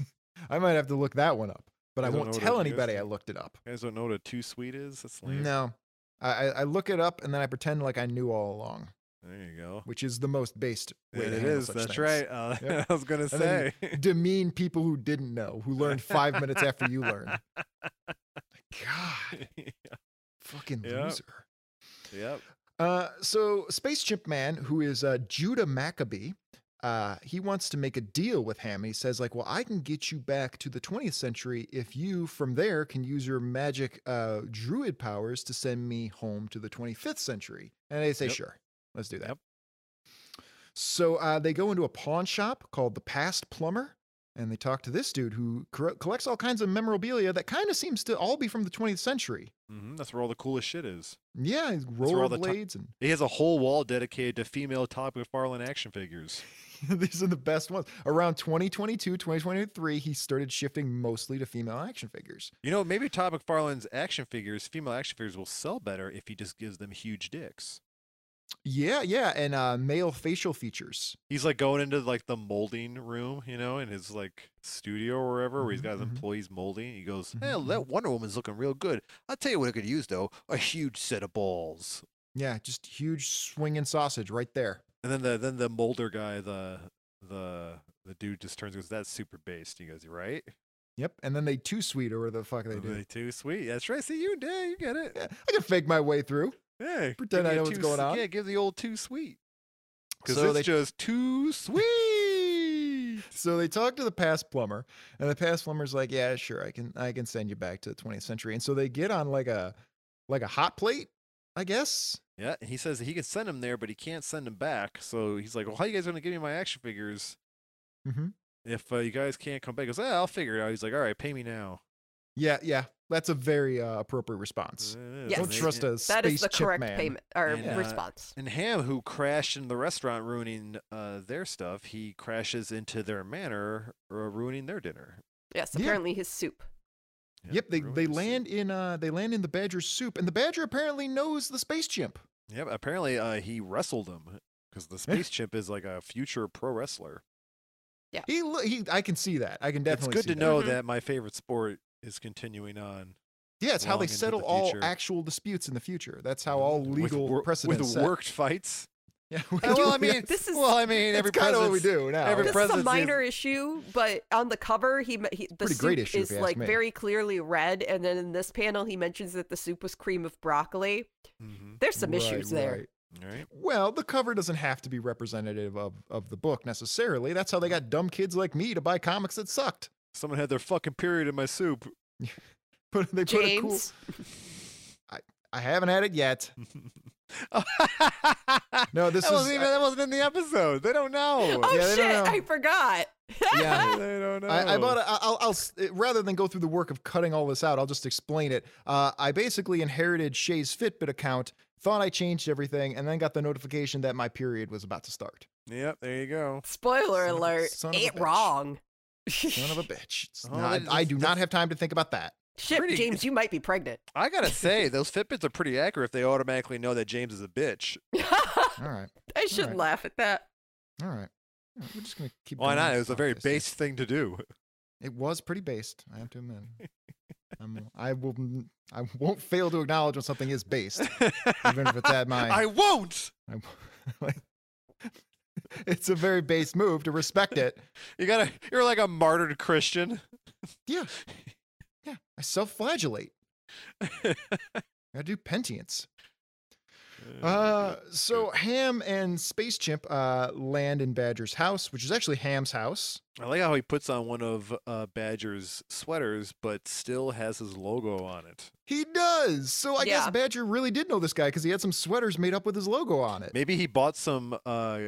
I might have to look that one up, but
I
I
don't know
won't
what
tell
it is.
anybody I looked it up.
You guys don't know what a two sweet is? That's lame.
No. I, I I look it up and then I pretend like I knew all along,
There you go.
which is the most based way
It
to handle
is.
such
That's
things.
right. Uh,
Yep.
I was gonna
And then
say.
demean people who didn't know, who learned five minutes after you learned. God, fucking
Yep.
loser.
Yep.
Uh, so Space Chimp Man, who is uh, Judah Maccabee, uh, he wants to make a deal with Ham, and he says, like, well, I can get you back to the 20th century if you, from there, can use your magic uh, druid powers to send me home to the 25th century. And they say,
Yep.
sure, let's do that.
Yep.
So uh, they go into a pawn shop called the Past Plumber, and they talk to this dude who cor- collects all kinds of memorabilia that kind of seems to all be from the 20th century.
hmm That's where all the coolest shit is.
Yeah, he's
where all the ti-
rollerblades and
He has a whole wall dedicated to female Todd McFarlane action figures.
these are the best ones. Around 2022, 2023, he started shifting mostly to female action figures.
You know, maybe Todd McFarlane's action figures, female action figures, will sell better if he just gives them huge dicks.
Yeah, yeah, and uh, male facial features.
He's like going into like the molding room, you know, in his like studio or wherever, where he's got his
Mhm, mhm.
employees molding. He goes,
Mhm,
"Hey, that Wonder Woman's looking real good. I'll tell you what it could use though, a huge set of balls."
Yeah, just huge swinging sausage right there.
And then the then the molder guy, the the the dude just turns and goes, "That's super based." He goes, "You're right."
Yep, and then they too sweet or whatever the fuck they
Are
do.
they too sweet. That's right. See you, yeah, you get it.
Yeah, I can fake my way through.
Yeah,
Pretend I know what's going on.
Yeah, give the old too sweet. Because
So
it's
they-
just too sweet.
So they talk to the past plumber, and the past plumber's like, "Yeah, sure, I can, I can send you back to the 20th century." And so they get on like a, like a hot plate, I guess.
Yeah, and he says that he can send him there, but he can't send him back. So he's like, "Well, how you guys gonna give me my action figures
Mm-hmm.
if uh, you guys can't come back?" He goes, "Ah, I'll figure it out." He's like, "All right, pay me now."
Yeah, yeah, that's a very uh, appropriate response.
Uh,
Yes.
Don't
they-
trust
and-
a
That
space
is the
chip
correct
man.
payment or
And, uh,
response.
And Ham, who crashed in the restaurant, ruining uh, their stuff, he crashes into their manor, uh, ruining their dinner.
Yes,
yeah.
apparently his soup.
Yeah,
Yep, they,
ruined
they
his soup.
land in uh they land in the badger's soup, and the badger apparently knows the space chimp.
Yep, apparently uh, he wrestled him because the space chimp is like a future pro wrestler.
He lo- he, I can see that. I can definitely.
it's
see
good to know
Mhm.
that my favorite sport is continuing on.
That. Yeah, it's how
long
they
into the
settle all
future.
actual disputes in the future. That's how all
with
legal
wor-
precedent
with worked fights.
Yeah,
Uh, well, I mean,
This is-
well, I mean,
that's
every
kind of what we
president's-
do now.
every
right?
This is a
presence is-
minor issue, but on the cover, he, ma- he the
Pretty
soup
great issue, if
is
you ask
like
me.
very clearly red, and then in this panel, he mentions that the soup was cream of broccoli.
Mhm.
There's some
Right,
issues there.
right.
All right.
Well, the cover doesn't have to be representative of of the book necessarily. That's how they got dumb kids like me to buy comics that sucked.
Someone had their fucking period in my soup.
But they put a cool.
James,
I haven't had it yet.
that
No, this is. uh,
wasn't even that wasn't in the episode. They don't know.
oh
Yeah, they
shit,
don't know.
I forgot.
yeah,
they don't know.
I, I bought. A, I- I'll, I'll s- uh, rather than go through the work of cutting all this out, I'll just explain it. Uh, I basically inherited Shay's Fitbit account, thought I changed everything, and then got the notification that my period was about to start.
Yep, there you go.
Spoiler
Son of a-
alert,
son of a
ain't
bitch.
wrong.
Son of a bitch! It's
Oh,
not-
that-
I
that's-
do not have time to think about that.
Shit,
pretty-
James, you might be pregnant.
I gotta say, those Fitbits are pretty accurate. if They automatically know that James is a bitch.
I
All right,
shouldn't
Alright.
laugh at that.
all right. All right, We're just gonna keep.
Why
going
not?
on
It was a
about
very
this here.
base thing to do.
It was pretty based. I have to admit. I'm, I will. I won't fail to acknowledge when something is based, even if it's at my.
I won't.
I- like, it's a very base move to respect it.
You gotta. You're like a martyred Christian.
Yeah. Yeah. I self flagellate. I do penitence. Uh, so Ham and Space Chimp uh, land in Badger's house, which is actually Ham's house.
I like how he puts on one of uh, Badger's sweaters, but still has his logo on it.
He does. So I guess
Yeah.
Badger really did know this guy because he had some sweaters made up with his logo on it.
Maybe he bought some uh,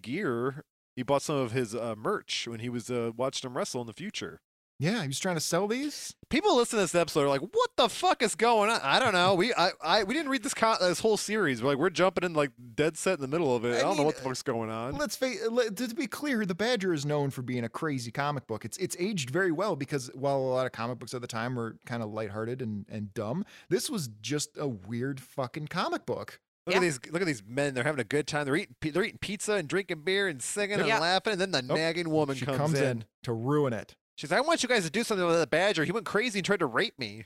gear. He bought some of his uh, merch when he was uh, watching him wrestle in the future.
Yeah, he was trying to sell these.
People listen to this episode are like, "What the fuck is going on?" I don't know. We I, I we didn't read this co- this whole series. We're like we're jumping in like dead set in the middle of it. I,
I
don't know
mean,
what the fuck's going on.
Let's face. Let, to be clear, the Badger is known for being a crazy comic book. It's it's aged very well because while a lot of comic books at the time were kind of lighthearted and and dumb, this was just a weird fucking comic book.
Look
Yeah.
at these look at these men. They're having a good time. They're eating pi- they're eating pizza and drinking beer and singing and
Yeah.
laughing. And then the
Oh,
nagging woman
she
comes,
comes
in.
in to ruin it.
She's like, "I want you guys to do something with the badger. He went crazy and tried to rape me."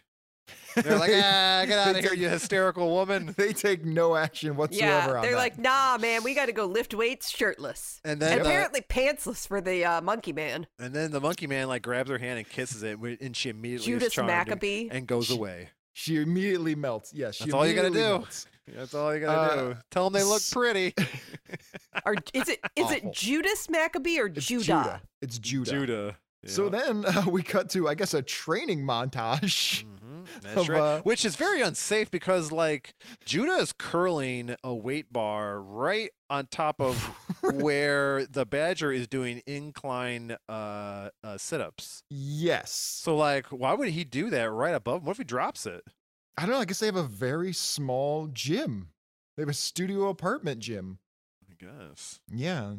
They're like, "Ah, get out of here, you hysterical woman!"
They take no action whatsoever.
Yeah,
on
they're
that.
like, nah, man, we got to go lift weights shirtless.
And
And
uh,
then uh, the,
apparently pantsless for the uh, monkey man.
and then the monkey man like grabs her hand and kisses it, wi- and she immediately is
Judas
charmed and-
Maccabee.
and goes away.
She immediately melts. Yes, she
That's all you gotta
immediately
do.
melts.
That's all you gotta
Uh,
do. Tell them they look
s-
pretty.
Or is it is
Awful.
it Judas Maccabee or
It's
Judah?
It's Judah.
Judah.
So then uh, we cut to, I guess, a training montage.
hmm
of,
That's right.
uh,
Which is very unsafe because like Judah is curling a weight bar right on top of where the Badger is doing incline uh, uh, sit-ups.
Yes.
So like, why would he do that right above? Him? What if he drops it?
I don't know. I guess they have a very small gym. They have a studio apartment gym.
I guess.
Yeah.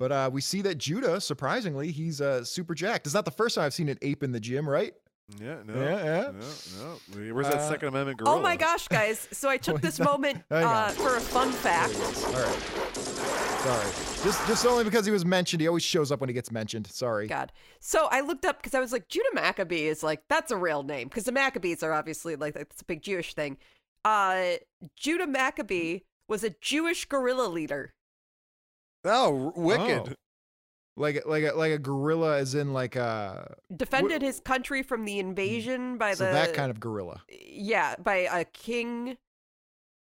But uh, we see that Judah, surprisingly, he's uh, super jacked. It's not the first time I've seen an ape in the gym, right?
Yeah. No.
Yeah, yeah.
No. No. Where's that
Uh,
Second Amendment gorilla?
Oh my gosh, guys! So I took
Wait,
this
no.
moment
Hang on.
uh, for a fun fact. Oh
All right. Sorry. Just, just only because he was mentioned. He always shows up when he gets mentioned. Sorry.
God. So I looked up because I was like, Judah Maccabee is like, that's a real name because the Maccabees are obviously like, that's a big Jewish thing. Uh, Judah Maccabee was a Jewish guerrilla leader.
Oh, r- wicked.
Oh. Like, like, a, like a gorilla, as in like a
Defended his country from the invasion by
so
the
that kind of gorilla.
yeah by a king,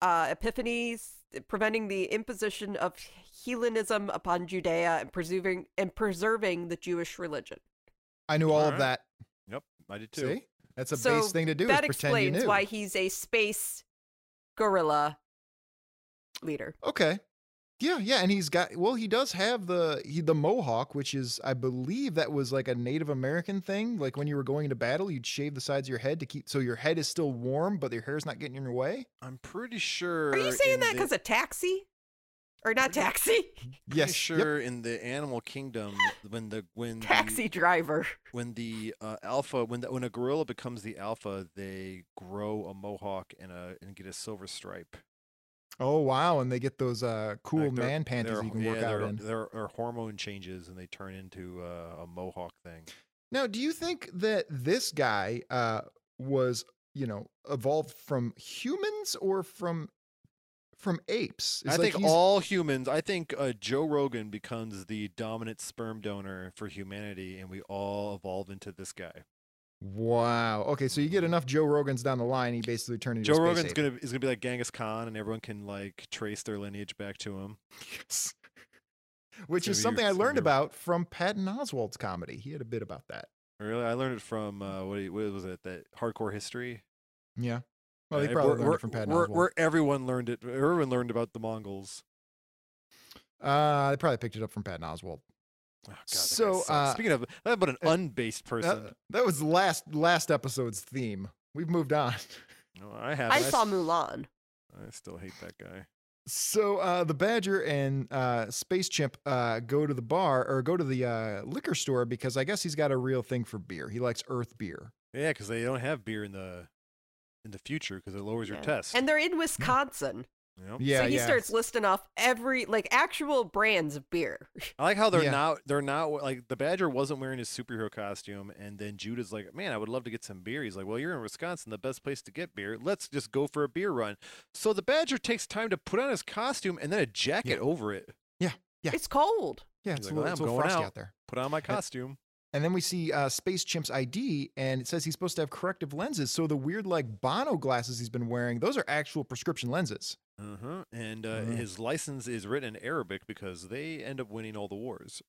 uh, Epiphanes, eh, preventing the imposition of Hellenism upon Judea and preserving and preserving the Jewish religion.
I knew all, of
Alright.
that.
Yep. Oh, I did too.
See, that's a
So
base thing to do.
that
is pretend you
explains
knew.
why he's a space gorilla leader.
Okay. Yeah, yeah, and he's got well, he does have the he, the mohawk, which is I believe that was like a Native American thing. Like when you were going into battle, you'd shave the sides of your head to keep so your head is still warm, but your hair's not getting in your way.
I'm pretty sure.
Are you saying
in
that
the-
because of taxi? Or
Mm-hmm.
not taxi?
pretty
Yes, yep.
sure in the animal kingdom when the when the-
Taxi driver.
when the uh, alpha when the, when a gorilla becomes the alpha they grow a mohawk and a and get a silver stripe
Oh wow, and they get those uh cool
Like, their-
man panties
their-
you can
yeah,
work out
their,
in.
their, their hormone changes and they turn into uh, a mohawk thing
Now, do you think that this guy uh was, you know, evolved from humans or from from apes? It's
i
like
think
he's-
all humans i think uh, joe rogan becomes the dominant sperm donor for humanity and we all evolve into this guy
Wow. Okay, so you get enough Joe Rogans down the line, he basically turned into a
joe
space
rogan's
ape.
gonna is gonna be like genghis khan and everyone can like trace their lineage back to him
Yes. Which
gonna
is
be-
something I
it's gonna
learned
be-
about from Patton Oswald's comedy. He had a bit about that.
really i learned it from uh, what, do you- what was it that hardcore history
Yeah. Well, they
Uh,
probably
we're-
learned
we're-
it from Patton
we're-
Oswalt.
we're- everyone learned it. Everyone learned about the Mongols.
uh, they probably picked it up from Patton Oswald.
Oh, God, that guy
So,
sucks.
uh,
speaking of that, but an
uh,
unbased person.
That, that was last last episode's theme. We've moved on.
no, I have.
I saw Mulan.
I still hate that guy.
So uh, the Badger and uh, Space Chimp uh, go to the bar or go to the uh, liquor store because I guess he's got a real thing for beer. He likes Earth beer.
Yeah, because they don't have beer in the in the future because it lowers
Yeah.
your test.
And they're in Wisconsin.
Yep.
Mm-hmm. Yeah,
so he
yeah.
starts listing off every like actual brands of beer.
I like how they're
Yeah.
not. They're not we- like the Badger wasn't wearing his superhero costume, and then Judah's like, "Man, I would love to get some beer." He's like, "Well, you're in Wisconsin, the best place to get beer. Let's just go for a beer run." So the Badger takes time to put on his costume and then a jacket over it.
Yeah.
It's cold.
Yeah,
He's
it's
like,
a little,
"Well,
it's a
I'm
little
going
frosty
out."
out there.
Put on my costume.
And then we see uh, Space Chimp's ID, and it says he's supposed to have corrective lenses. So the weird, like Bono glasses he's been wearing, those are actual prescription lenses.
Uh-huh. And uh,
Mhm.
his license is written in Arabic because they end up winning all the wars.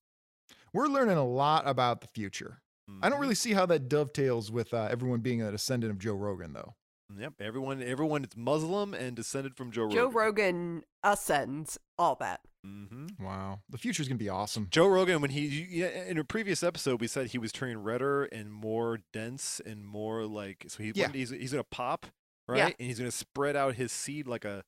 We're learning a lot about the future. I don't
Mhm.
really see how that dovetails with uh, everyone being a descendant of Joe Rogan, though.
Yep. Everyone, everyone is Muslim and descended from Joe
Joe
Rogan.
Rogan ascends all that.
hmm
Wow, the future's gonna be awesome.
Joe Rogan, when he you- yeah, in a previous episode, we said he was turning redder and more dense and more like so he
Yeah.
one day he's he's gonna pop right
Yeah.
and he's gonna spread out his seed like a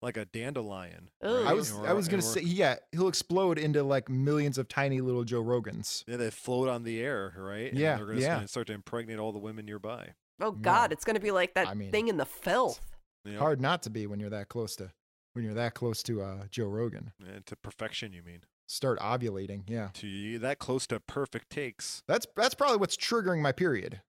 like a dandelion.
Ugh.
I
right?
was,
And
I
we're-
was
and
gonna say,
we're-
yeah, he'll explode into like millions of tiny little Joe Rogans.
yeah, they float on the air, right? And
Yeah,
they're gonna,
yeah.
gonna start to impregnate all the women nearby.
Oh God,
No.
it's gonna be like that
I mean-
thing in the filth.
Yep.
Hard not to be when you're that close to, when you're that close to uh, Joe Rogan.
Yeah, Eh, to perfection, you mean?
Start ovulating, yeah.
to you that close to perfect takes,
That's that's probably what's triggering my period.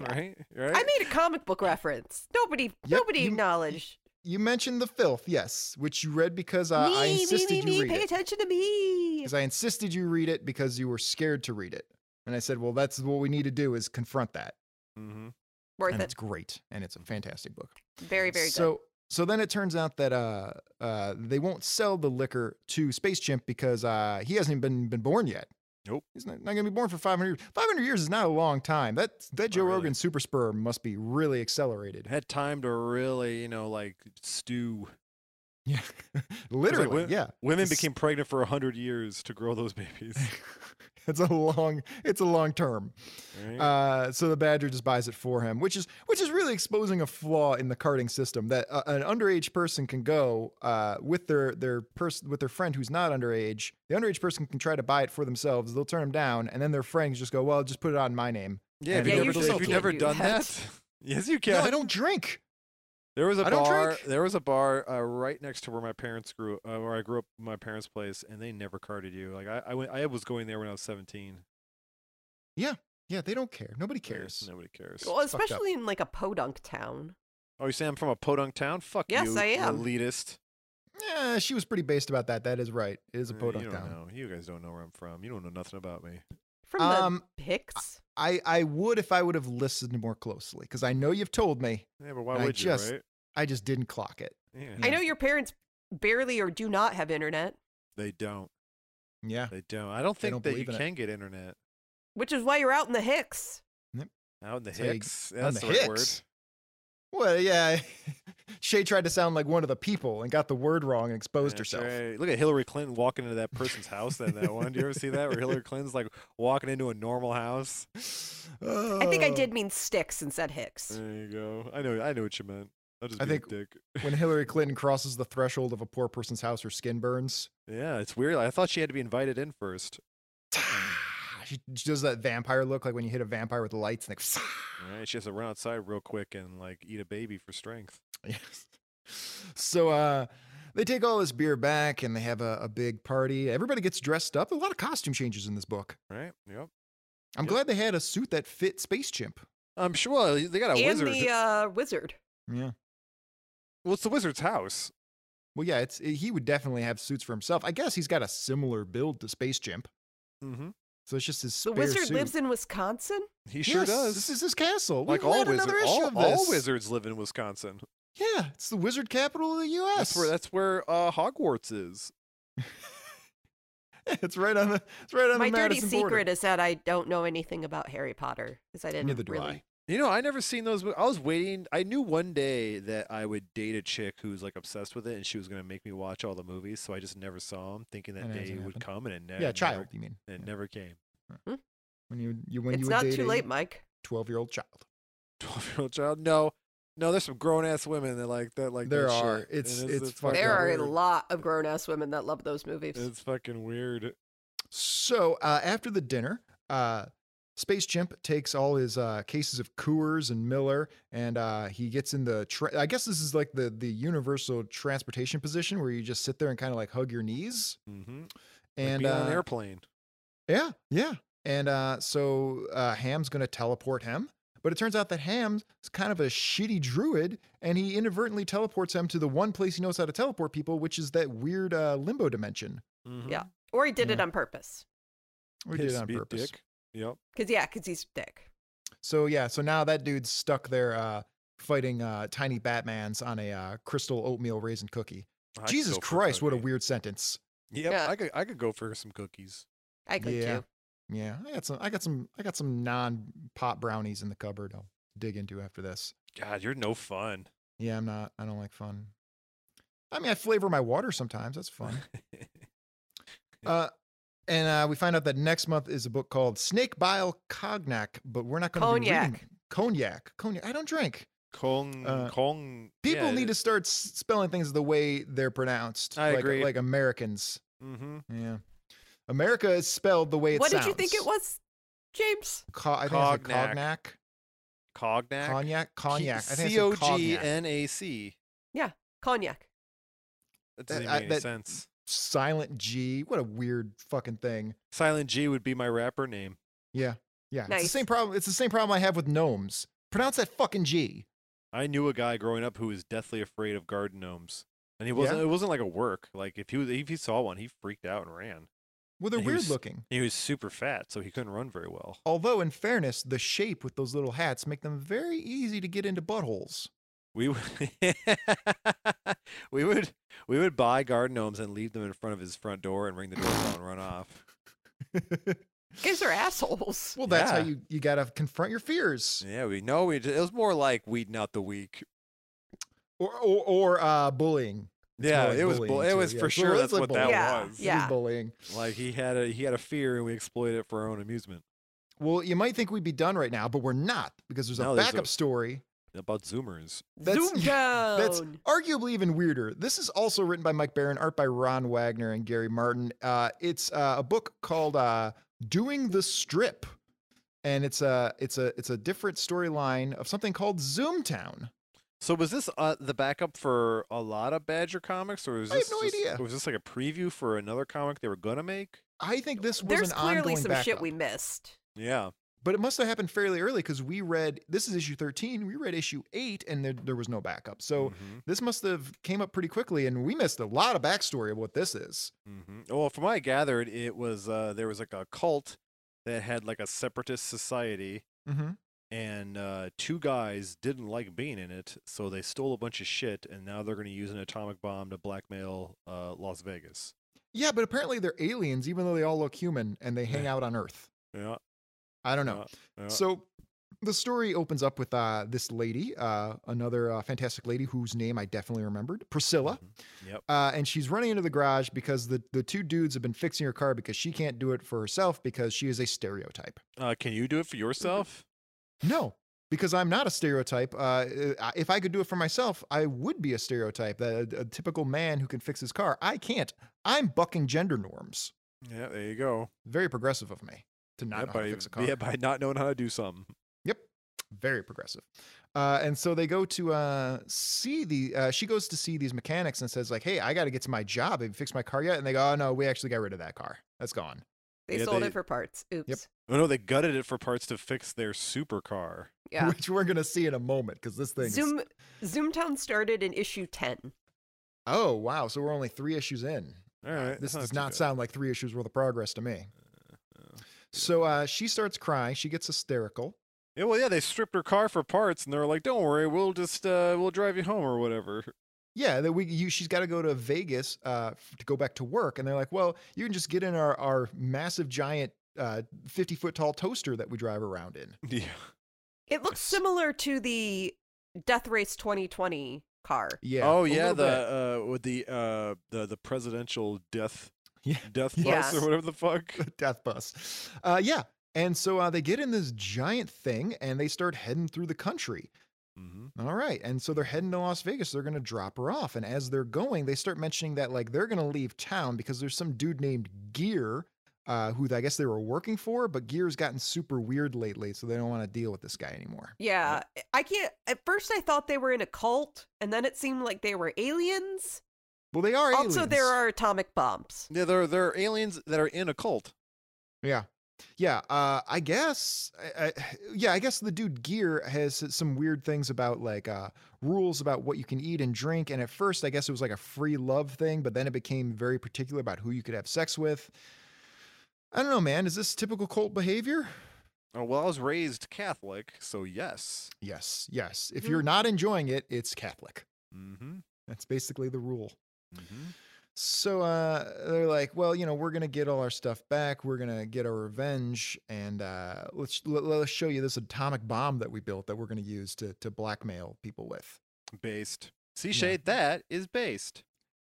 right? Right?
I made a comic book reference. Nobody, nobody
you-
acknowledged.
You mentioned the filth, yes, which you read because uh, I
me, me,
insisted
me, me,
you read
pay
it.
attention to me.
Because I insisted you read it because you were scared to read it, and I said, "Well, that's what we need to do is confront that."
Mhm.
Worth
and
it.
it's great, and it's a fantastic book.
Very, very
so, So then it turns out that uh, uh, they won't sell the liquor to Space Chimp because uh, he hasn't even been, been born yet.
Nope.
He's not, not going to be born for 500 years. 500 years is not a long time. That, that Joe
really.
Rogan super sperm must be really accelerated.
had time to really, you know, like stew. 'Cause,
Yeah.
like,
Literally.
wo-
yeah.
Women
It's-
became pregnant for 100 years to grow those babies.
It's a long, it's a long term.
right?
Uh, so the Badger just buys it for him, which is which is really exposing a flaw in the carding system that uh, an underage person can go uh, with their their person with their friend who's not underage. The underage person can try to buy it for themselves. They'll turn them down, and then their friends just go, "Well, just put it on my name."
yeah, have
Yeah,
you
you
never,
just
have you
can't
never
do
done
that.
that? Yes, you can.
No, I don't drink.
There was a
I don't
bar.
drink.
There was a bar uh, right next to where my parents grew, uh, where I grew up, my parents' place, and they never carded you. Like I, I went, I was going there when I was seventeen.
Yeah, they don't care. Nobody
Yeah,
cares.
Nobody cares.
good. Well,
fucked up.
especially in like a podunk town.
Oh, you say I'm from a podunk town? Fuck
Yes,
you,
I am.
elitist.
Yeah, she was pretty based about that. That is right. It is a
Uh,
podunk
you don't
town.
Know. You guys don't know where I'm from. You don't know nothing about me.
From
Um,
the Hicks.
I I would if I would have listened more closely because I know you've told me.
Yeah, but why
I
would
just-
you, right?
I just didn't clock it.
Yeah.
I know your parents barely or do not have internet,
They don't.
Yeah.
They don't. I don't
They
think
don't
that you
believe in it.
can get internet
which is why you're out in the Hicks.
out in the
So you-
Hicks. Yeah,
On
that's
the
the right word.
Hicks? Well, yeah. Shay tried to sound like one of the people and got the word wrong and exposed
That's
herself.
right. Look at Hillary Clinton walking into that person's house. That that one. Do you ever see that where Hillary Clinton's like walking into a normal house?
I think I
Oh.
did mean sticks and said Hicks.
There you go. I know. I know what you meant. I'll just
I
be
think-
a dick.
When Hillary Clinton crosses the threshold of a poor person's house, her skin burns.
Yeah, it's weird. I thought she had to be invited in first.
She she does that vampire look, like when you hit a vampire with the lights. And like,
Right? She has to run outside real quick and like eat a baby for strength.
Yes. So uh they take all this beer back and they have a, a big party. Everybody gets dressed up. A lot of costume changes in this book.
Right? Yep.
I'm
Yep.
glad they had a suit that fit Space Chimp.
I'm sure well, they got a
and
wizard.
the uh, wizard.
Yeah.
well, it's the wizard's house.
Well, yeah, it's eh, he would definitely have suits for himself. I guess he's got a similar build to Space Chimp.
Mm-hmm.
So it's just his
The
spare
wizard
suit.
lives in Wisconsin.
He sure
Yes,
does.
This is his castle.
like
we
all
read
wizards.
another issue
All,
of
all
this.
wizards live in Wisconsin.
Yeah, it's the wizard capital of the U.S.
That's where that's where uh, Hogwarts is.
it's right on the it's right on
My
the
dirty
Madison
secret
border.
is that I don't know anything about Harry Potter because I didn't
Neither do
really.
I.
You know, I never seen those. mo- I was waiting. I knew one day that I would date a chick who was like obsessed with it, and she was gonna make me watch all the movies. So I just never saw them, thinking that
And it
day
hasn't
would
happened.
come, and it, ne-
yeah,
never-
child. You mean
and it
Yeah.
never came.
when you, you when
it's
you would
not
date
too
a
late, Mike.
twelve year old child.
Twelve year old child. No, no. There's some grown ass women that like that. Like
There
that
are.
Shit.
It's-
and
it's fucked
fucking
There are a
weird.
lot of grown ass women that love those movies.
It's fucking weird.
So uh, after the dinner, uh, Space Chimp takes all his uh, cases of Coors and Miller, and uh, he gets in the. Tra- I guess this is like the the universal transportation position where you just sit there and kind of like hug your knees.
Mm-hmm.
And
on an
uh,
airplane.
yeah, yeah. And uh, so uh, Ham's gonna teleport him, but it turns out that Ham's kind of a shitty druid, and he inadvertently teleports him to the one place he knows how to teleport people, which is that weird uh, limbo dimension.
Mhm.
or he did it
yeah.
on purpose.
We did
Piss
it on
be
purpose.
Dick. Yep.
Because, yeah, because he's dick.
So yeah, so now that dude's stuck there uh, fighting uh, tiny Batmans on a uh, crystal oatmeal raisin cookie.
I could
Jesus
go for
Christ, what a
cookie.
weird sentence.
Yep,
Yeah.
I could I could go for some cookies.
I could
Yeah.
too.
Yeah, I got some, I got some, I got some non-pop brownies in the cupboard. I'll dig into after this.
God, you're no fun.
Yeah, I'm not. I don't like fun. I mean, I flavor my water sometimes. That's fun. uh, and uh, we find out that next month is a book called Snake Bile Cognac, but we're not going to be reading cognac.
Cognac.
Cognac. I don't drink.
Kong
Uh,
Kong.
People need to start s- spelling things the way they're pronounced.
I
like,
agree.
Like Americans.
Mm-hmm.
Yeah. America is spelled the way it
What
sounds.
did you think it was, James?
Co- I think cognac. It's like
Cognac.
cognac.
Cognac.
Cognac. Cognac. I think
C O
it's
G
cognac.
N A C.
Cognac.
That doesn't
I-
even make
that-
any sense.
Silent G. What a weird fucking thing.
Silent G would be my rapper name.
Yeah. Yeah. It's
Nice.
the same problem. It's the same problem I have with gnomes. Pronounce that fucking G.
I knew a guy growing up who was deathly afraid of garden gnomes, and he wasn't.
Yeah?
It wasn't like a work. Like if he was, if he saw one, he freaked out and ran.
Well, they're
And he
weird
was-
looking.
He was super fat, so he couldn't run very well.
Although, in fairness, the shape with those little hats make them very easy to get into buttholes.
We would, we would, we would buy garden gnomes and leave them in front of his front door and ring the doorbell and run off.
Guys are assholes.
Well, that's how
Yeah.
you you gotta confront your fears,
Yeah, we know. We it was more like weeding out the weak.
or or, or uh, bullying. It's more
yeah,
like
it was. bull-
bullying,
it
too.
was
Yeah,
for
it's-
sure.
it's
That's
like
what that
bullying.
Yeah.
was.
It is
Yeah.
bullying.
Like he had a he had a fear, and we exploited it for our own amusement.
Well, you might think we'd be done right now, but we're not because there's a
No, there's a-
backup story.
About Zoomers.
That's-
Zoom down.
That's arguably even weirder. This is also written by Mike Barron, art by Ron Wagner and Gary Martin. Uh, it's uh, a book called uh, "Doing the Strip," and it's a it's a it's a different storyline of something called Zoomtown.
So was this uh, the backup for a lot of Badger comics, or was
I have
this
no
just-
idea.
Was this like a preview for another comic they were gonna make?
I think this was
There's
an
clearly
ongoing
some
backup,
shit we missed.
Yeah.
but it must have happened fairly early because we read this is issue thirteen. We read issue eight, and there there was no backup. So
Mhm,
this must have came up pretty quickly, and we missed a lot of backstory of what this is.
mhm. Well, from what I gathered, it was uh, there was like a cult that had like a separatist society,
Mm-hmm.
and uh, two guys didn't like being in it, so they stole a bunch of shit, and now they're gonna use an atomic bomb to blackmail uh, Las Vegas.
Yeah, but apparently they're aliens, even though they all look human and they hang
Yeah. Uh,
out on Earth.
Yeah.
I don't know.
yeah.
So the story opens up with uh, this lady, uh, another uh, fantastic lady whose name I definitely remembered, Priscilla.
Mhm. Yep.
Uh, and she's running into the garage because the, the two dudes have been fixing her car because she can't do it for herself because she is a stereotype.
Uh, can you do it for yourself?
No, because I'm not a stereotype. Uh, I- if I could do it for myself, I would be a stereotype, a, a typical man who can fix his car. I can't. I'm bucking gender norms.
Yeah. There you go.
Very progressive of me to not
yeah,
know how to
by,
fix a car.
yeah, by not knowing how to do something.
Yep. Very progressive. Uh, and so they go to uh, see the, uh, she goes to see these mechanics and says, like, hey, I got to get to my job. Have you fixed my car yet? And they go, oh, no, we actually got rid of that car. That's gone.
They
Yeah,
sold
they-
it for parts. Oops.
Oh no, they gutted it for parts to fix their supercar.
Yeah.
Which we're going to see in a moment because this thing. is-
Zoom Zoomtown started in issue ten.
oh, wow. So we're only three issues in.
All right,
Uh, This
that's
does
too
not
bad.
sound like three issues worth of progress to me. So uh, she starts crying. She gets hysterical.
Yeah, well, yeah, they stripped her car for parts, and they're like, "Don't worry, we'll just uh, we'll drive you home or whatever."
Yeah, that we you, she's got to go to Vegas uh, f- to go back to work, and they're like, "Well, you can just get in our our massive giant uh, fifty foot tall toaster that we drive around in."
Yeah,
It looks similar to the Death Race 2020 car.
Yeah.
oh
a
yeah,
little bit.
the uh, with the uh, the the presidential death
Yeah.
death bus
Yes.
or whatever the fuck.
death bus. Uh, yeah, and so uh, they get in this giant thing and they start heading through the country.
hmm
All right. And so they're heading to Las Vegas. They're going to drop her off. And as they're going, they start mentioning that like they're going to leave town because there's some dude named Gear uh, who I guess they were working for, but Gear's gotten super weird lately. So they don't want to deal with this guy anymore.
Yeah. I can't at first I thought they were in a cult and then it seemed like they were aliens.
Well, they are
Also there
aliens.
are atomic bombs.
Yeah, there there are aliens that are in a cult.
Yeah. Yeah, uh, I guess. I, I, yeah, I guess the dude Gear has s- some weird things about like uh, rules about what you can eat and drink. And at first, I guess it was like a free love thing, but then it became very particular about who you could have sex with. I don't know, man. Is this typical cult behavior?
Oh well, I was raised Catholic, so yes.
Yes, yes. If you're not enjoying it, it's Catholic.
Mm-hmm.
That's basically the rule.
mm-hmm.
So uh, they're like, well, you know, we're gonna get all our stuff back. We're gonna get our revenge, and uh, let's let, let's show you this atomic bomb that we built that we're gonna use to to blackmail people with.
Based. See, Shade, that is based.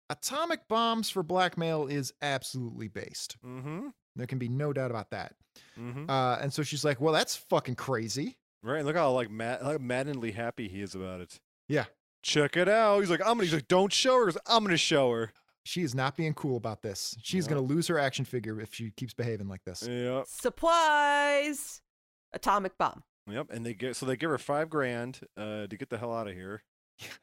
Atomic bombs for blackmail is absolutely based.
Mm-hmm.
There can be no doubt about that.
Mm-hmm.
Uh, and so she's like, well, that's fucking crazy.
Right? Look how like mad, like, maddeningly happy he is about it.
Yeah.
Check it out. He's like, I'm gonna. He's like, don't show her. 'cause I'm gonna show her.
She is not being cool about this. She's
No.
gonna lose her action figure if she keeps behaving like this.
Yep.
Supplies. Atomic bomb.
Yep. And they get so they give her five grand uh, to get the hell out of here.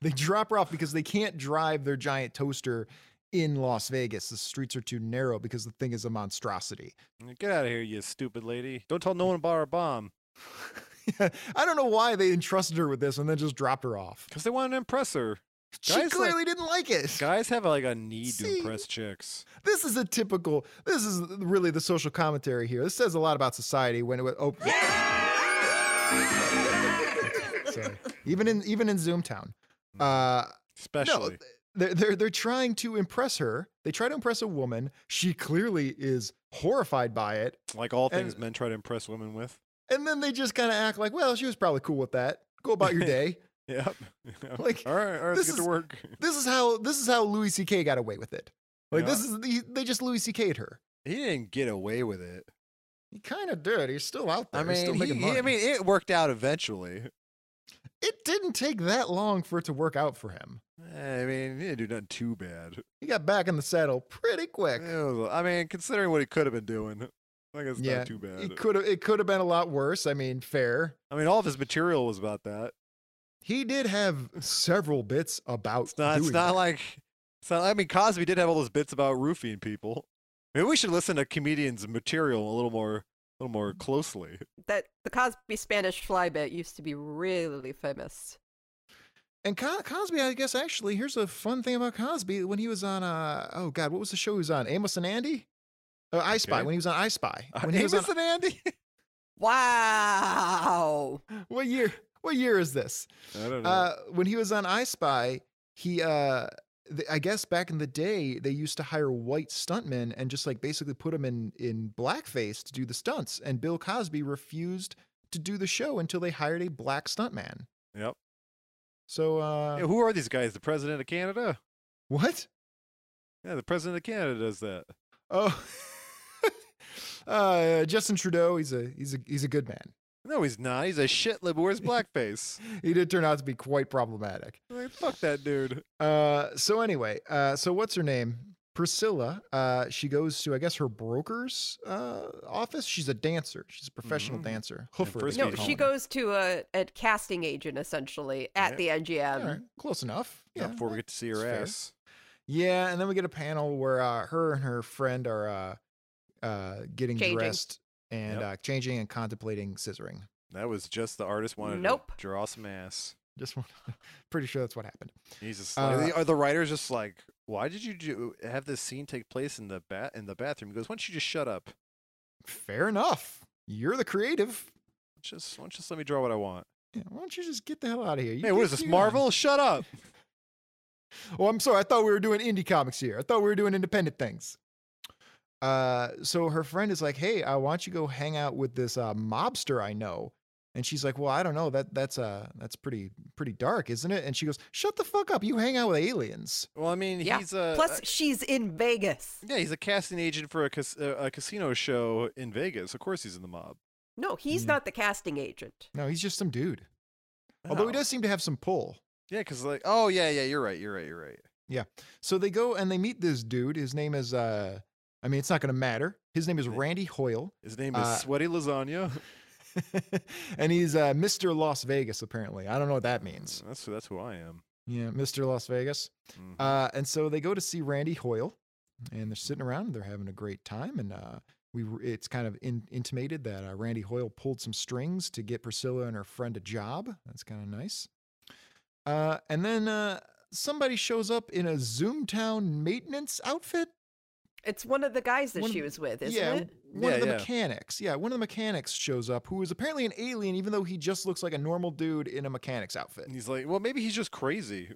They drop her off because they can't drive their giant toaster in Las Vegas. The streets are too narrow because the thing is a monstrosity.
I'm like, Get out of here, you stupid lady. Don't tell no one about our bomb
I don't know why they entrusted her with this and then just dropped her off.
because they wanted to impress her.
She
Guys like-
clearly didn't like it.
Guys have like a need to
See?
impress chicks.
This is a typical. This is really the social commentary here. This says a lot about society when it was. Oh, sorry. Even in even in Zoomtown, uh,
Especially.
no, they're, they're they're trying to impress her. They try to impress a woman. She clearly is horrified by it,
like all things
and-
men try to impress women with.
and then they just kind of act like, well, she was probably cool with that. Go about your day.
Yep. Yep.
Like,
all right, all right, let's
this
get to
is-
work.
this is how this is how Louis C.K. got away with it. Like
Yeah.
this is the, they just Louis C.K.'d her.
He didn't get away with it.
He kind of did. He's still out there.
I
He's
mean,
still making
he- he- I
money.
mean, it worked out eventually.
it didn't take that long for it to work out for him.
Eh, I mean, he didn't do nothing too bad.
He got back in the saddle pretty quick.
It was- I mean, considering what he could have been doing, I guess
Yeah,
not too bad.
It could have it could have been a lot worse. I mean, fair.
I mean, all of his material was about that.
He did have several bits about
It's not. It's
doing
not
that.
like. It's not, I mean, Cosby did have all those bits about roofing people. Maybe we should listen to comedians' material a little more, a little more closely.
That the Cosby Spanish fly bit used to be really famous.
And Co- Cosby, I guess actually, here's a fun thing about Cosby when he was on uh oh god, what was the show he was on? Amos and Andy? Uh, I Spy.
Okay.
When he was on I Spy.
Uh,
When he was on
Amos and Andy.
Wow.
what year? What year is this?
I don't know.
Uh, when he was on I Spy, he uh, th- I guess back in the day they used to hire white stuntmen and just like basically put them in in blackface to do the stunts. And Bill Cosby refused to do the show until they hired a black stuntman.
Yep.
So uh,
Yeah, who are these guys? The president of Canada?
what?
Yeah, the president of Canada does that.
Oh, uh, Justin Trudeau. He's a he's a he's a good man.
No, he's not. He's a shit lib. Where's blackface?
He did turn out to be quite problematic.
like, fuck that dude.
Uh, so anyway, uh, so what's her name? Priscilla. Uh, she goes to I guess her broker's uh, office. She's a dancer. She's a professional
Mhm.
dancer. Hoofer. they
frisbee
No,
keep
she
calling her.
goes to a, a casting agent essentially at
Yeah.
the
All
NGM.
right, close enough.
Not
Yeah.
before we get to see her
that's fair.
ass.
yeah, and then we get a panel where uh, her and her friend are uh, uh, getting
Changing.
dressed and
Yep.
uh, changing and contemplating scissoring.
That was just the artist wanted
Nope.
to draw some ass.
Just want pretty sure that's what happened.
He's just like,
Uh,
the- are the writers just like, why did you do, have this scene take place in the bat in the bathroom? He goes, why don't you just shut up?
Fair enough. You're the creative.
Just why don't you just let me draw what I want?
Yeah, why don't you just get the hell out of here? You
hey, what
do
is this
you on.
Marvel? Shut up!
Oh, I'm sorry. I thought we were doing indie comics here. I thought we were doing independent things. Uh, so her friend is like, "Hey, I want you to go hang out with this uh, mobster I know." And she's like, "Well, I don't know. That that's uh that's pretty pretty dark, isn't it?" And she goes, "Shut the fuck up. You hang out with aliens."
Well, I mean,
Yeah.
he's a
Plus, she's in Vegas.
yeah, he's a casting agent for a, cas- uh, a casino show in Vegas. Of course, he's in the mob.
No, he's
Mm.
not the casting agent.
No, he's just some dude. Although he
No.
does seem to have some pull.
Yeah, because like, oh yeah, yeah, you're right, you're right, you're right.
So they go and they meet this dude. His name is uh, I mean, it's not gonna matter. His name is
Th-
Randy Hoyle,
His name
Uh,
is Sweaty Lasagna.
and he's uh, Mr. Las Vegas. Apparently, I don't know what that means.
Mm, That's that's who I am.
Yeah, Mr. Las Vegas.
Mhm.
Uh, and so they go to see Randy Hoyle, and they're sitting around. They're having a great time, and uh, we r- it's kind of in, intimated that uh, Randy Hoyle pulled some strings to get Priscilla and her friend a job. That's kind of nice. Uh, and then uh, somebody shows up in a Zoomtown maintenance outfit.
It's one of the guys that
One of
she
the-
was with, isn't
yeah,
it?
one of
Yeah,
the
yeah.
mechanics. Yeah, one of the mechanics shows up, who is apparently an alien, even though he just looks like a normal dude in a mechanic's outfit.
And he's like, well, maybe he's just crazy.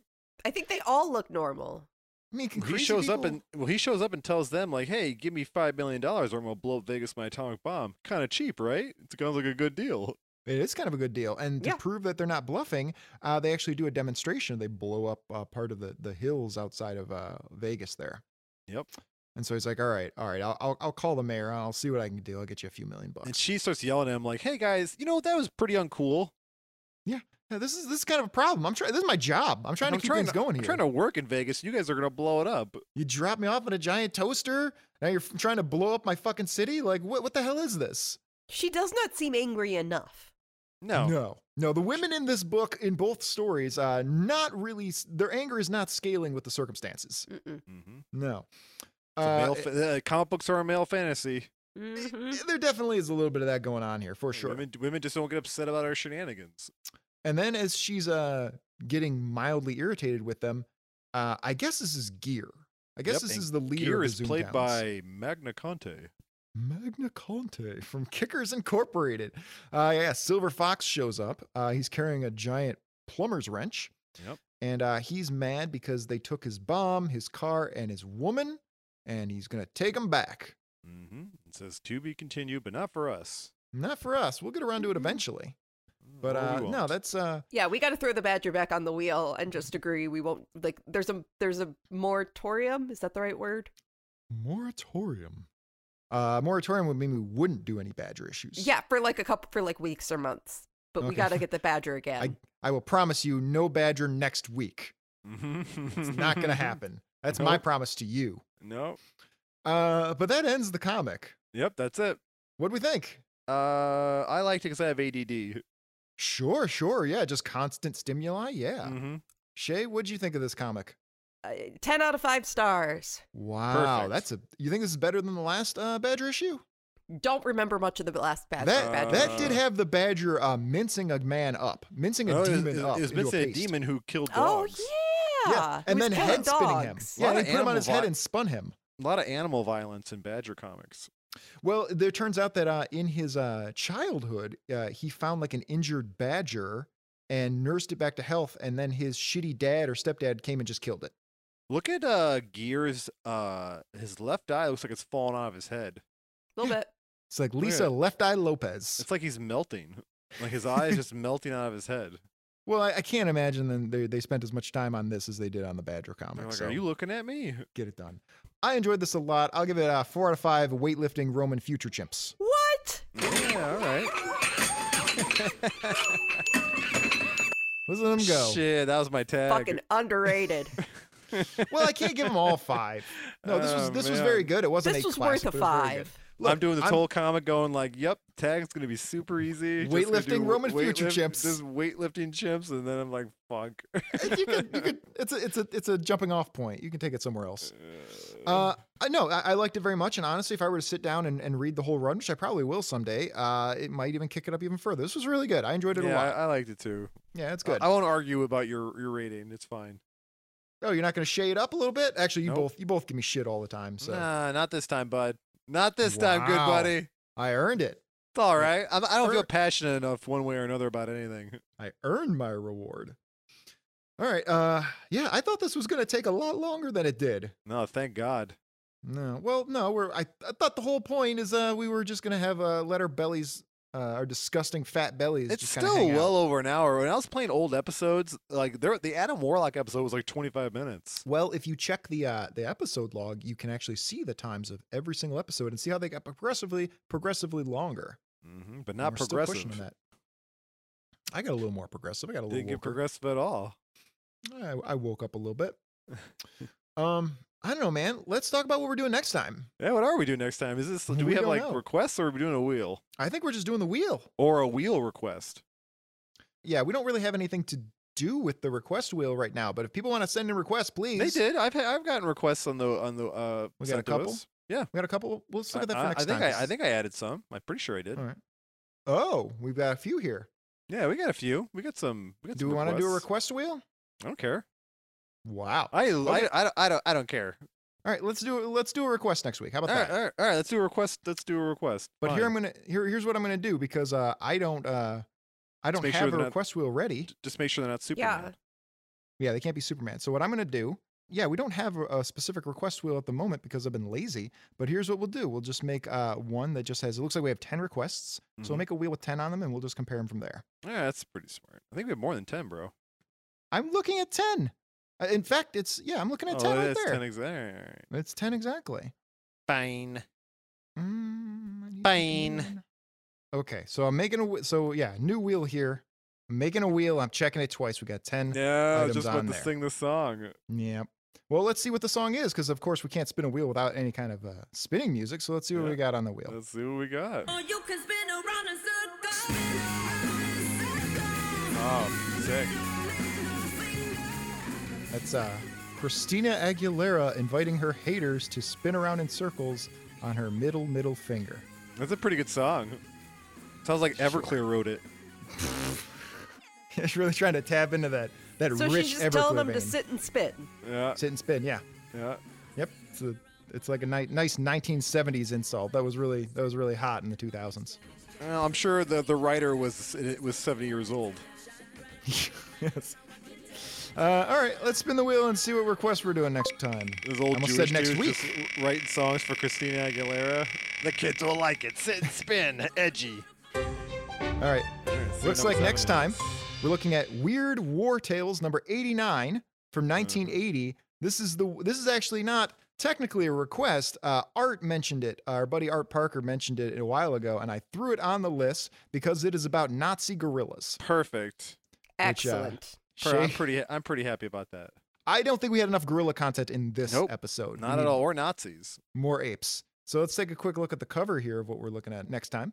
I think they all look normal.
I mean, can
he
crazy
shows up
people-
and well, he shows up and tells them like, hey, give me five million dollars, or I'm gonna blow up Vegas with my atomic bomb. Kind of cheap, right? It sounds like a good deal.
It is kind of a good deal. And to
Yeah.
prove that they're not bluffing, uh, they actually do a demonstration. They blow up uh, part of the, the hills outside of uh, Vegas there.
Yep.
And so he's like, all right, all right, I'll, I'll, I'll call the mayor. I'll see what I can do. I'll get you a few million bucks.
And she starts yelling at him like, hey guys, you know that was pretty uncool.
Yeah, this is this is kind of a problem. I'm trying. This is my job. I'm trying
I'm
to keep things
to,
going
I'm
here.
trying to work in Vegas. You guys are gonna blow it up.
you drop me off in a giant toaster. Now you're f- trying to blow up my fucking city. Like, what what the hell is this?
She does not seem angry enough.
No.
no, no. The women in this book, in both stories, uh, not really. s- Their anger is not scaling with the circumstances.
Mm-mm.
Mm-hmm.
No.
It's a male
Uh, eh,
fa- uh, comic books are a male fantasy.
Mhm.
Yeah, there definitely is a little bit of that going on here for
Hey,
sure.
Women, women just don't get upset about our shenanigans.
And then as she's uh getting mildly irritated with them, uh, I guess this is Gear. I guess
Yep,
this
and
is the leader.
Gear
of
is
the
played
Zoomtowns.
by Magna Conte.
Magna Conte from Kickers Incorporated. Uh, yeah, Silver Fox shows up. Uh, he's carrying a giant plumber's wrench.
Yep.
And uh, he's mad because they took his bomb, his car, and his woman, and he's going to take them back.
Mm-hmm. It says to be continued, but not for us.
Not for us. We'll get around to it eventually. But
Or we
uh, no,
won't.
that's uh,
Yeah, we got to throw the badger back on the wheel and just agree we won't like. There's a there's a moratorium. Is that the right word?
moratorium. Uh, moratorium would mean we wouldn't do any badger issues.
Yeah, for like a couple for like weeks or months. But we
Okay.
got to get the badger again.
I, I will promise you no badger next week.
Mhm.
It's not going to happen. That's my
Nope.
promise to you.
No.
Uh, but that ends the comic.
Yep, that's it.
What do we think?
Uh, I liked it because I have ADD.
Sure, sure. Yeah, just constant stimuli. Yeah.
Mm-hmm.
Shay, what'd you think of this comic?
Uh, Ten out of five stars.
Wow,
Perfect.
that's a. You think this is better than the last uh, Badger issue?
Don't remember much of the last badger.
that
badger
that
issue.
did have the Badger uh, mincing a man up, mincing a demon
Oh, it,
up.
It was
into
missing a,
paste.
demon who killed
Oh
dogs.
yeah.
Yeah,
He
and
was
then
killing
head spinning him.
dogs.
Yeah,
Lot
he
of
put him on
animal
his head
vi-
and spun him.
A lot of animal violence in Badger comics.
Well, there turns out that uh, in his uh, childhood, uh, he found like an injured badger and nursed it back to health, and then his shitty dad or stepdad came and just killed it.
Look at uh Gears. Uh, his left eye looks like it's falling out of his head.
A little bit.
It's like
Look at
Lisa
it.
Left Eye Lopez.
It's like he's melting. Like his eye is just melting out of his head.
Well, I, I can't imagine that they, they spent as much time on this as they did on the Badger
They're
comic.
like,
so
are you looking at me?
get it done. I enjoyed this a lot. I'll give it a four out of five weightlifting Roman future chimps.
What?
Yeah, all right.
Listen to them go.
Shit, that was my tag.
Fucking underrated.
Well, I can't give them all five. No, this was
Oh,
this was very
man.
good. It wasn't.
this
a
was worth
classic,
a
but it was very good.
five.
I'm
Look,
doing this
I'm-
whole comic going like, yep, tag's gonna be super easy. just gonna
Weightlifting
do
Roman future chimps.
This weightlifting chimps, and then I'm like, fuck.
you could, you could, it's a, it's a, it's a jumping off point. You can take it somewhere else. Uh, I know, I, I liked it very much, and honestly, if I were to sit down and, and read the whole run, which I probably will someday, uh, it might even kick it up even further. This was really good. I enjoyed it a
yeah, I,
lot.
I liked it too.
yeah, it's
I-
good.
I, won't argue about your your rating. It's fine.
oh, you're not going to shade up a little bit? Actually, you
Nope.
both, you both give me shit all the time, so
Nah, not this time, bud. Not this time, good
Wow. er
buddy. It's
I earned it.
all right. I'm, I don't feel
Per-
passionate enough one way or another about anything.
I earned my reward. All right. Uh, yeah, I thought this was going to take a lot longer than it did.
No, thank God.
No, well, no, we're. I, I thought the whole point is uh, we were just gonna have uh, let our bellies, uh, our disgusting fat bellies.
It's
just kinda
still
hang out.
well over an hour. When I was playing old episodes, like there, the Adam Warlock episode was like 25 minutes.
Well, if you check the uh, the episode log, you can actually see the times of every single episode and see how they got progressively progressively longer.
hmm but
And
not
we're still
progressive.
pushing that. I got a little more progressive. I got a little.
Didn't get
woker.
progressive at all.
I, I woke up a little bit. um, I don't know, man. Let's talk about what we're doing next time.
Yeah, what are we doing next time? Is this do we,
We
have
don't
like
know.
requests or are we doing a wheel
I think we're just doing the wheel.
or a wheel request?
Yeah, we don't really have anything to do with the request wheel right now. But if people want to send in requests, please.
They did. I've had, I've gotten requests on the on the uh.
We got a
sent to
couple?
us. Yeah,
We got a couple. We'll let's look at that
I,
for
I-
next
I think
time.
I, I think I added some. I'm pretty sure I did.
All right. Oh, we've got a few here.
Yeah, we got a few. We got some. We got
Do
some
we want to do a
requests.
request wheel?
I don't care.
Wow.
I,
Okay.
I, I, don't- I don't I don't care.
All right, let's do let's do a request next week. How about
All right,
that?
all right, all right. Let's do a request. Let's do a request.
but here I'm
Fine.
gonna here here's what I'm gonna do because uh, I don't uh, I don't
make sure
have
they're
a
not-
request wheel ready.
J- just make sure they're not super.
Yeah.
Yeah, they can't be Superman. So what I'm gonna do? Yeah, we don't have a, a specific request wheel at the moment because I've been lazy. But here's what we'll do: we'll just make uh, one that just has. It looks like we have ten requests, so we'll
Mhm.
make a wheel with ten on them, and we'll just compare them from there.
Yeah, that's pretty smart. I think we have more than ten, bro.
I'm looking at ten. Uh, In fact, it's yeah, I'm looking at
oh,
ten right
that's
there.
ten e exactly.
It's 10 exactly.
Fine.
Mm, I need to get
Fine.
one. Okay, so I'm making a wh- so yeah, new wheel here. I'm making a wheel. I'm checking it twice. We got 10.
Yeah,
items
just
on
want to
there.
sing the song.
Yep. Well, let's see what the song is because of course we can't spin a wheel without any kind of uh, spinning music. So let's see what
Yeah.
we got on the wheel.
Let's see what we got.
Oh, you can spin around in circles, in
Oh, sick.
That's uh Christina Aguilera inviting her haters to spin around in circles on her middle middle finger.
That's a pretty good song. Sounds like Everclear wrote it.
She's really trying to tap into that that
So
rich
she's just
Everclear
telling them to
vein.
sit and spit.
Yeah,
sit and spin. Yeah,
yeah.
yep. It's, a, it's like a ni- nice 1970s insult. That was really that was really hot in the 2000s.
Well, I'm sure the the writer was it was 70 years old.
yes. Uh, all right, let's spin the wheel and see what requests we're doing next time.
This old
I almost
Jewish
said next
dude
week.
just writing songs for Christina Aguilera. The kids will like it. Sit and spin, edgy.
All right.
see
Looks
number
like next
seven
time we're looking at Weird War Tales number 89
Mm-hmm.
from 1980. This is the this is actually not technically a request. Uh, Art mentioned it. Our buddy Art Parker mentioned it a while ago, and I threw it on the list because it is about Nazi gorillas.
Perfect.
Excellent.
Per- I'm
Shay-
pretty. I'm pretty happy about that.
I don't think we had enough gorilla content in this
Nope,
episode. We
Not at
need
all. Or Nazis.
more apes. So let's take a quick look at the cover here of what we're looking at next time.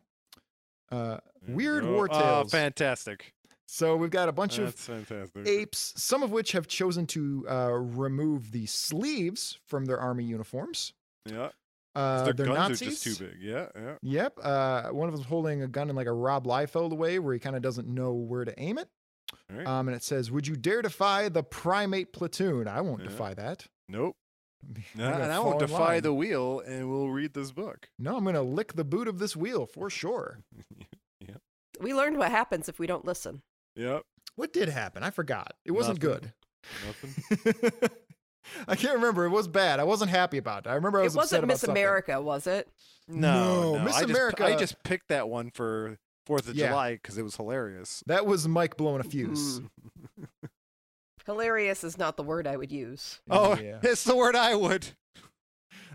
Uh, Weird War
Oh,
Tales.
fantastic.
so we've got a bunch of
That's fantastic.
apes, some of which have chosen to uh, remove the sleeves from their army uniforms.
Yeah. 'Cause
Uh,
their
they're
guns
Nazis.
are just too big. Yeah, yeah.
Yep. Uh, one of them's holding a gun in like a Rob Liefeld way, where he kind of doesn't know where to aim it.
All right.
Um, and it says, "Would you dare defy the primate platoon?" I won't
Yeah.
defy that.
Nope.
I'm gonna
and I
fall
won't
in
defy
line.
the wheel, and we'll read this book.
No, I'm gonna lick the boot of this wheel for sure.
We learned what happens if we don't listen.
Yep.
What did happen? I forgot. It wasn't
Nothing.
good.
Nothing.
I can't remember. It was bad. I wasn't happy about it. I remember I was
it wasn't
upset
Miss
about something.
America, was it?
No,
No,
Miss
I just- I
America-
just picked that one for Fourth of
Yeah.
July because it was hilarious.
That was Mike blowing a fuse.
Mm. Hilarious is not the word I would use.
Oh,
Yeah.
it's the word I would.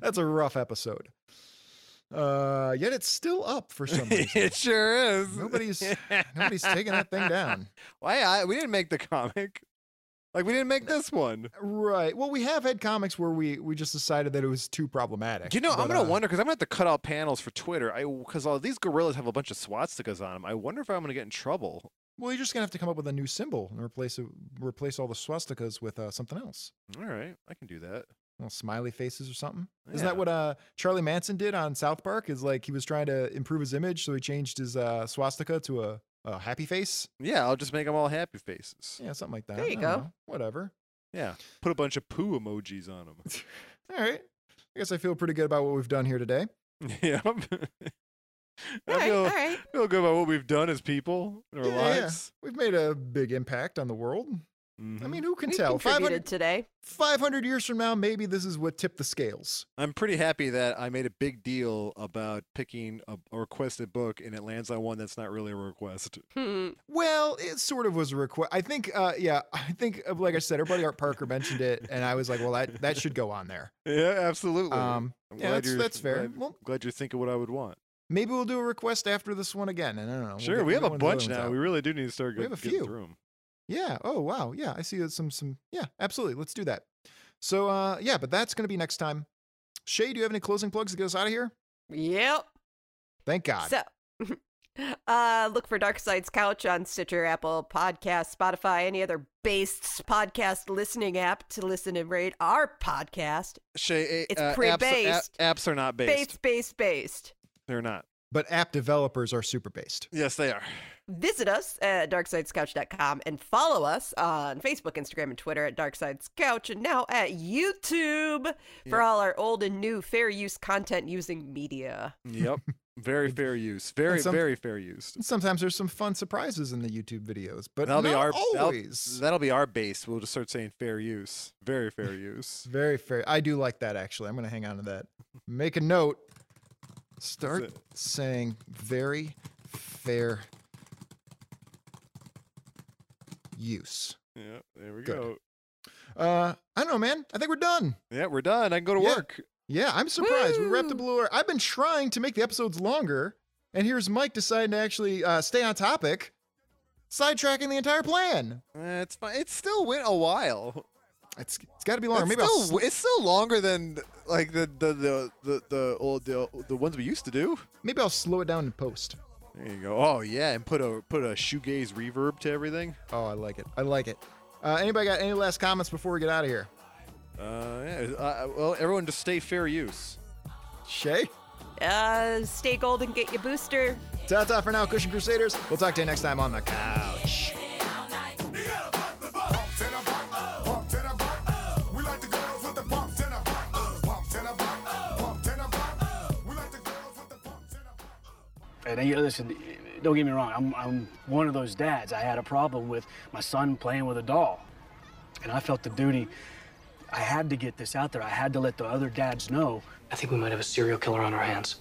That's a rough episode. Uh, yet it's still up for some reason.
it sure is.
nobody's nobody's taking that thing down.
Why? I, we didn't make the comic. Like we didn't make this one.
Right. Well, we have had comics where we we just decided that it was too problematic.
You know, I'm
but,
gonna
uh,
wonder because I'm gonna have to cut out panels for Twitter. I because all these gorillas have a bunch of swastikas on them. I wonder if I'm gonna get in trouble.
Well, you're just gonna have to come up with a new symbol and replace it, replace all the swastikas with uh, something else.
All right, I can do that.
Little smiley faces or something. Isn't that
Yeah.
what uh, Charlie Manson did on South Park? Is like he was trying to improve his image, so he changed his uh, swastika to a, a happy face.
Yeah, I'll just make them all happy faces.
Yeah, something like that.
There you
I don't
go.
know. Whatever.
Yeah, put a bunch of poo emojis on
All right. I guess I feel pretty good about what we've done here today.
them. yep.
All
I
right,
feel,
all right.
feel good about what we've done as people in our
Yeah, yeah.
lives.
We've made a big impact on the world. I
Mhm.
mean, who can
We
tell?
contributed
500,
today.
500 years from now, maybe this is what tipped the scales.
I'm pretty happy that I made a big deal about picking a, a requested book and it lands on one that's not really a request.
Hmm.
Well, it sort of was a request. I think, uh, yeah, I think, uh, like I said, our buddy Art Parker mentioned it, and I was like, well, that, that should go on there.
Yeah, absolutely.
Um,
I'm
yeah,
glad
that's,
you're-
that's fair.
Glad,
Well,
glad you're thinking what I would want.
maybe we'll do a request after this one again, and I don't know. we'll
sure,
get-
we
we'll
have a
get one of
bunch
the other
now.
ones
We
out.
really do need to start
We
get-
have a
getting
few.
through 'em.
Yeah. Oh, wow. Yeah, I see some, some, yeah, absolutely. Let's do that. So, uh, yeah, but that's going to be next time. Shay, do you have any closing plugs to get us out of here?
Yep.
Thank God.
So, uh, look for Dark Side's Couch on Stitcher, Apple Podcasts, Spotify, any other based podcast listening app to listen and rate our podcast.
Shay, a-
It's
uh, Apps,
pre-based.
a- apps are not based.
Based, based, based.
They're not.
but app developers are super based.
Yes, they are.
Visit us at darksidescouch.com and follow us on Facebook, Instagram, and Twitter at Darksides Couch and now at YouTube for all our old and new fair use content using media.
Yep. Very fair use. Very,
some-
very fair use.
And sometimes there's some fun surprises in the YouTube videos, but
That'll
not
be our that'll-
always.
That'll, be our base. We'll just start saying fair use. Very fair use.
It's very fair. I do like that actually. I'm going to hang on to that. Make a note. Start
it.
saying very fair use.
yeah, there we
Good.
go.
Uh, I don't know, man. I think we're done.
Yeah, we're done. I can go to
Yeah.
work.
Yeah, I'm surprised. We wrapped up a little. ear- I've been trying to make the episodes longer, and here's Mike deciding to actually uh, stay on topic, sidetracking the entire plan.
Eh, it's fine. It still went a while.
It's it's got to be longer.
it's,
Maybe
still,
I'll s-
it's still longer than like the the the the, the old the, the ones we used to do.
maybe I'll slow it down in post.
There you go. Oh yeah, and put a put a shoegaze reverb to everything.
Oh, I like it. I like it. Uh, anybody got any last comments before we get out of here?
Uh, yeah. Uh, well, everyone just stay fair use.
Shay,
Uh, stay gold and get your booster.
ta ta for now, Cushion Crusaders. We'll talk to you next time on the couch.
Stay on the
And then, you know, listen, don't get me wrong. I'm, I'm one of those dads. I had a problem with my son playing with a doll. And I felt the duty. I had to get this out there. I had to let the other dads know. I think we might have a serial killer on our hands.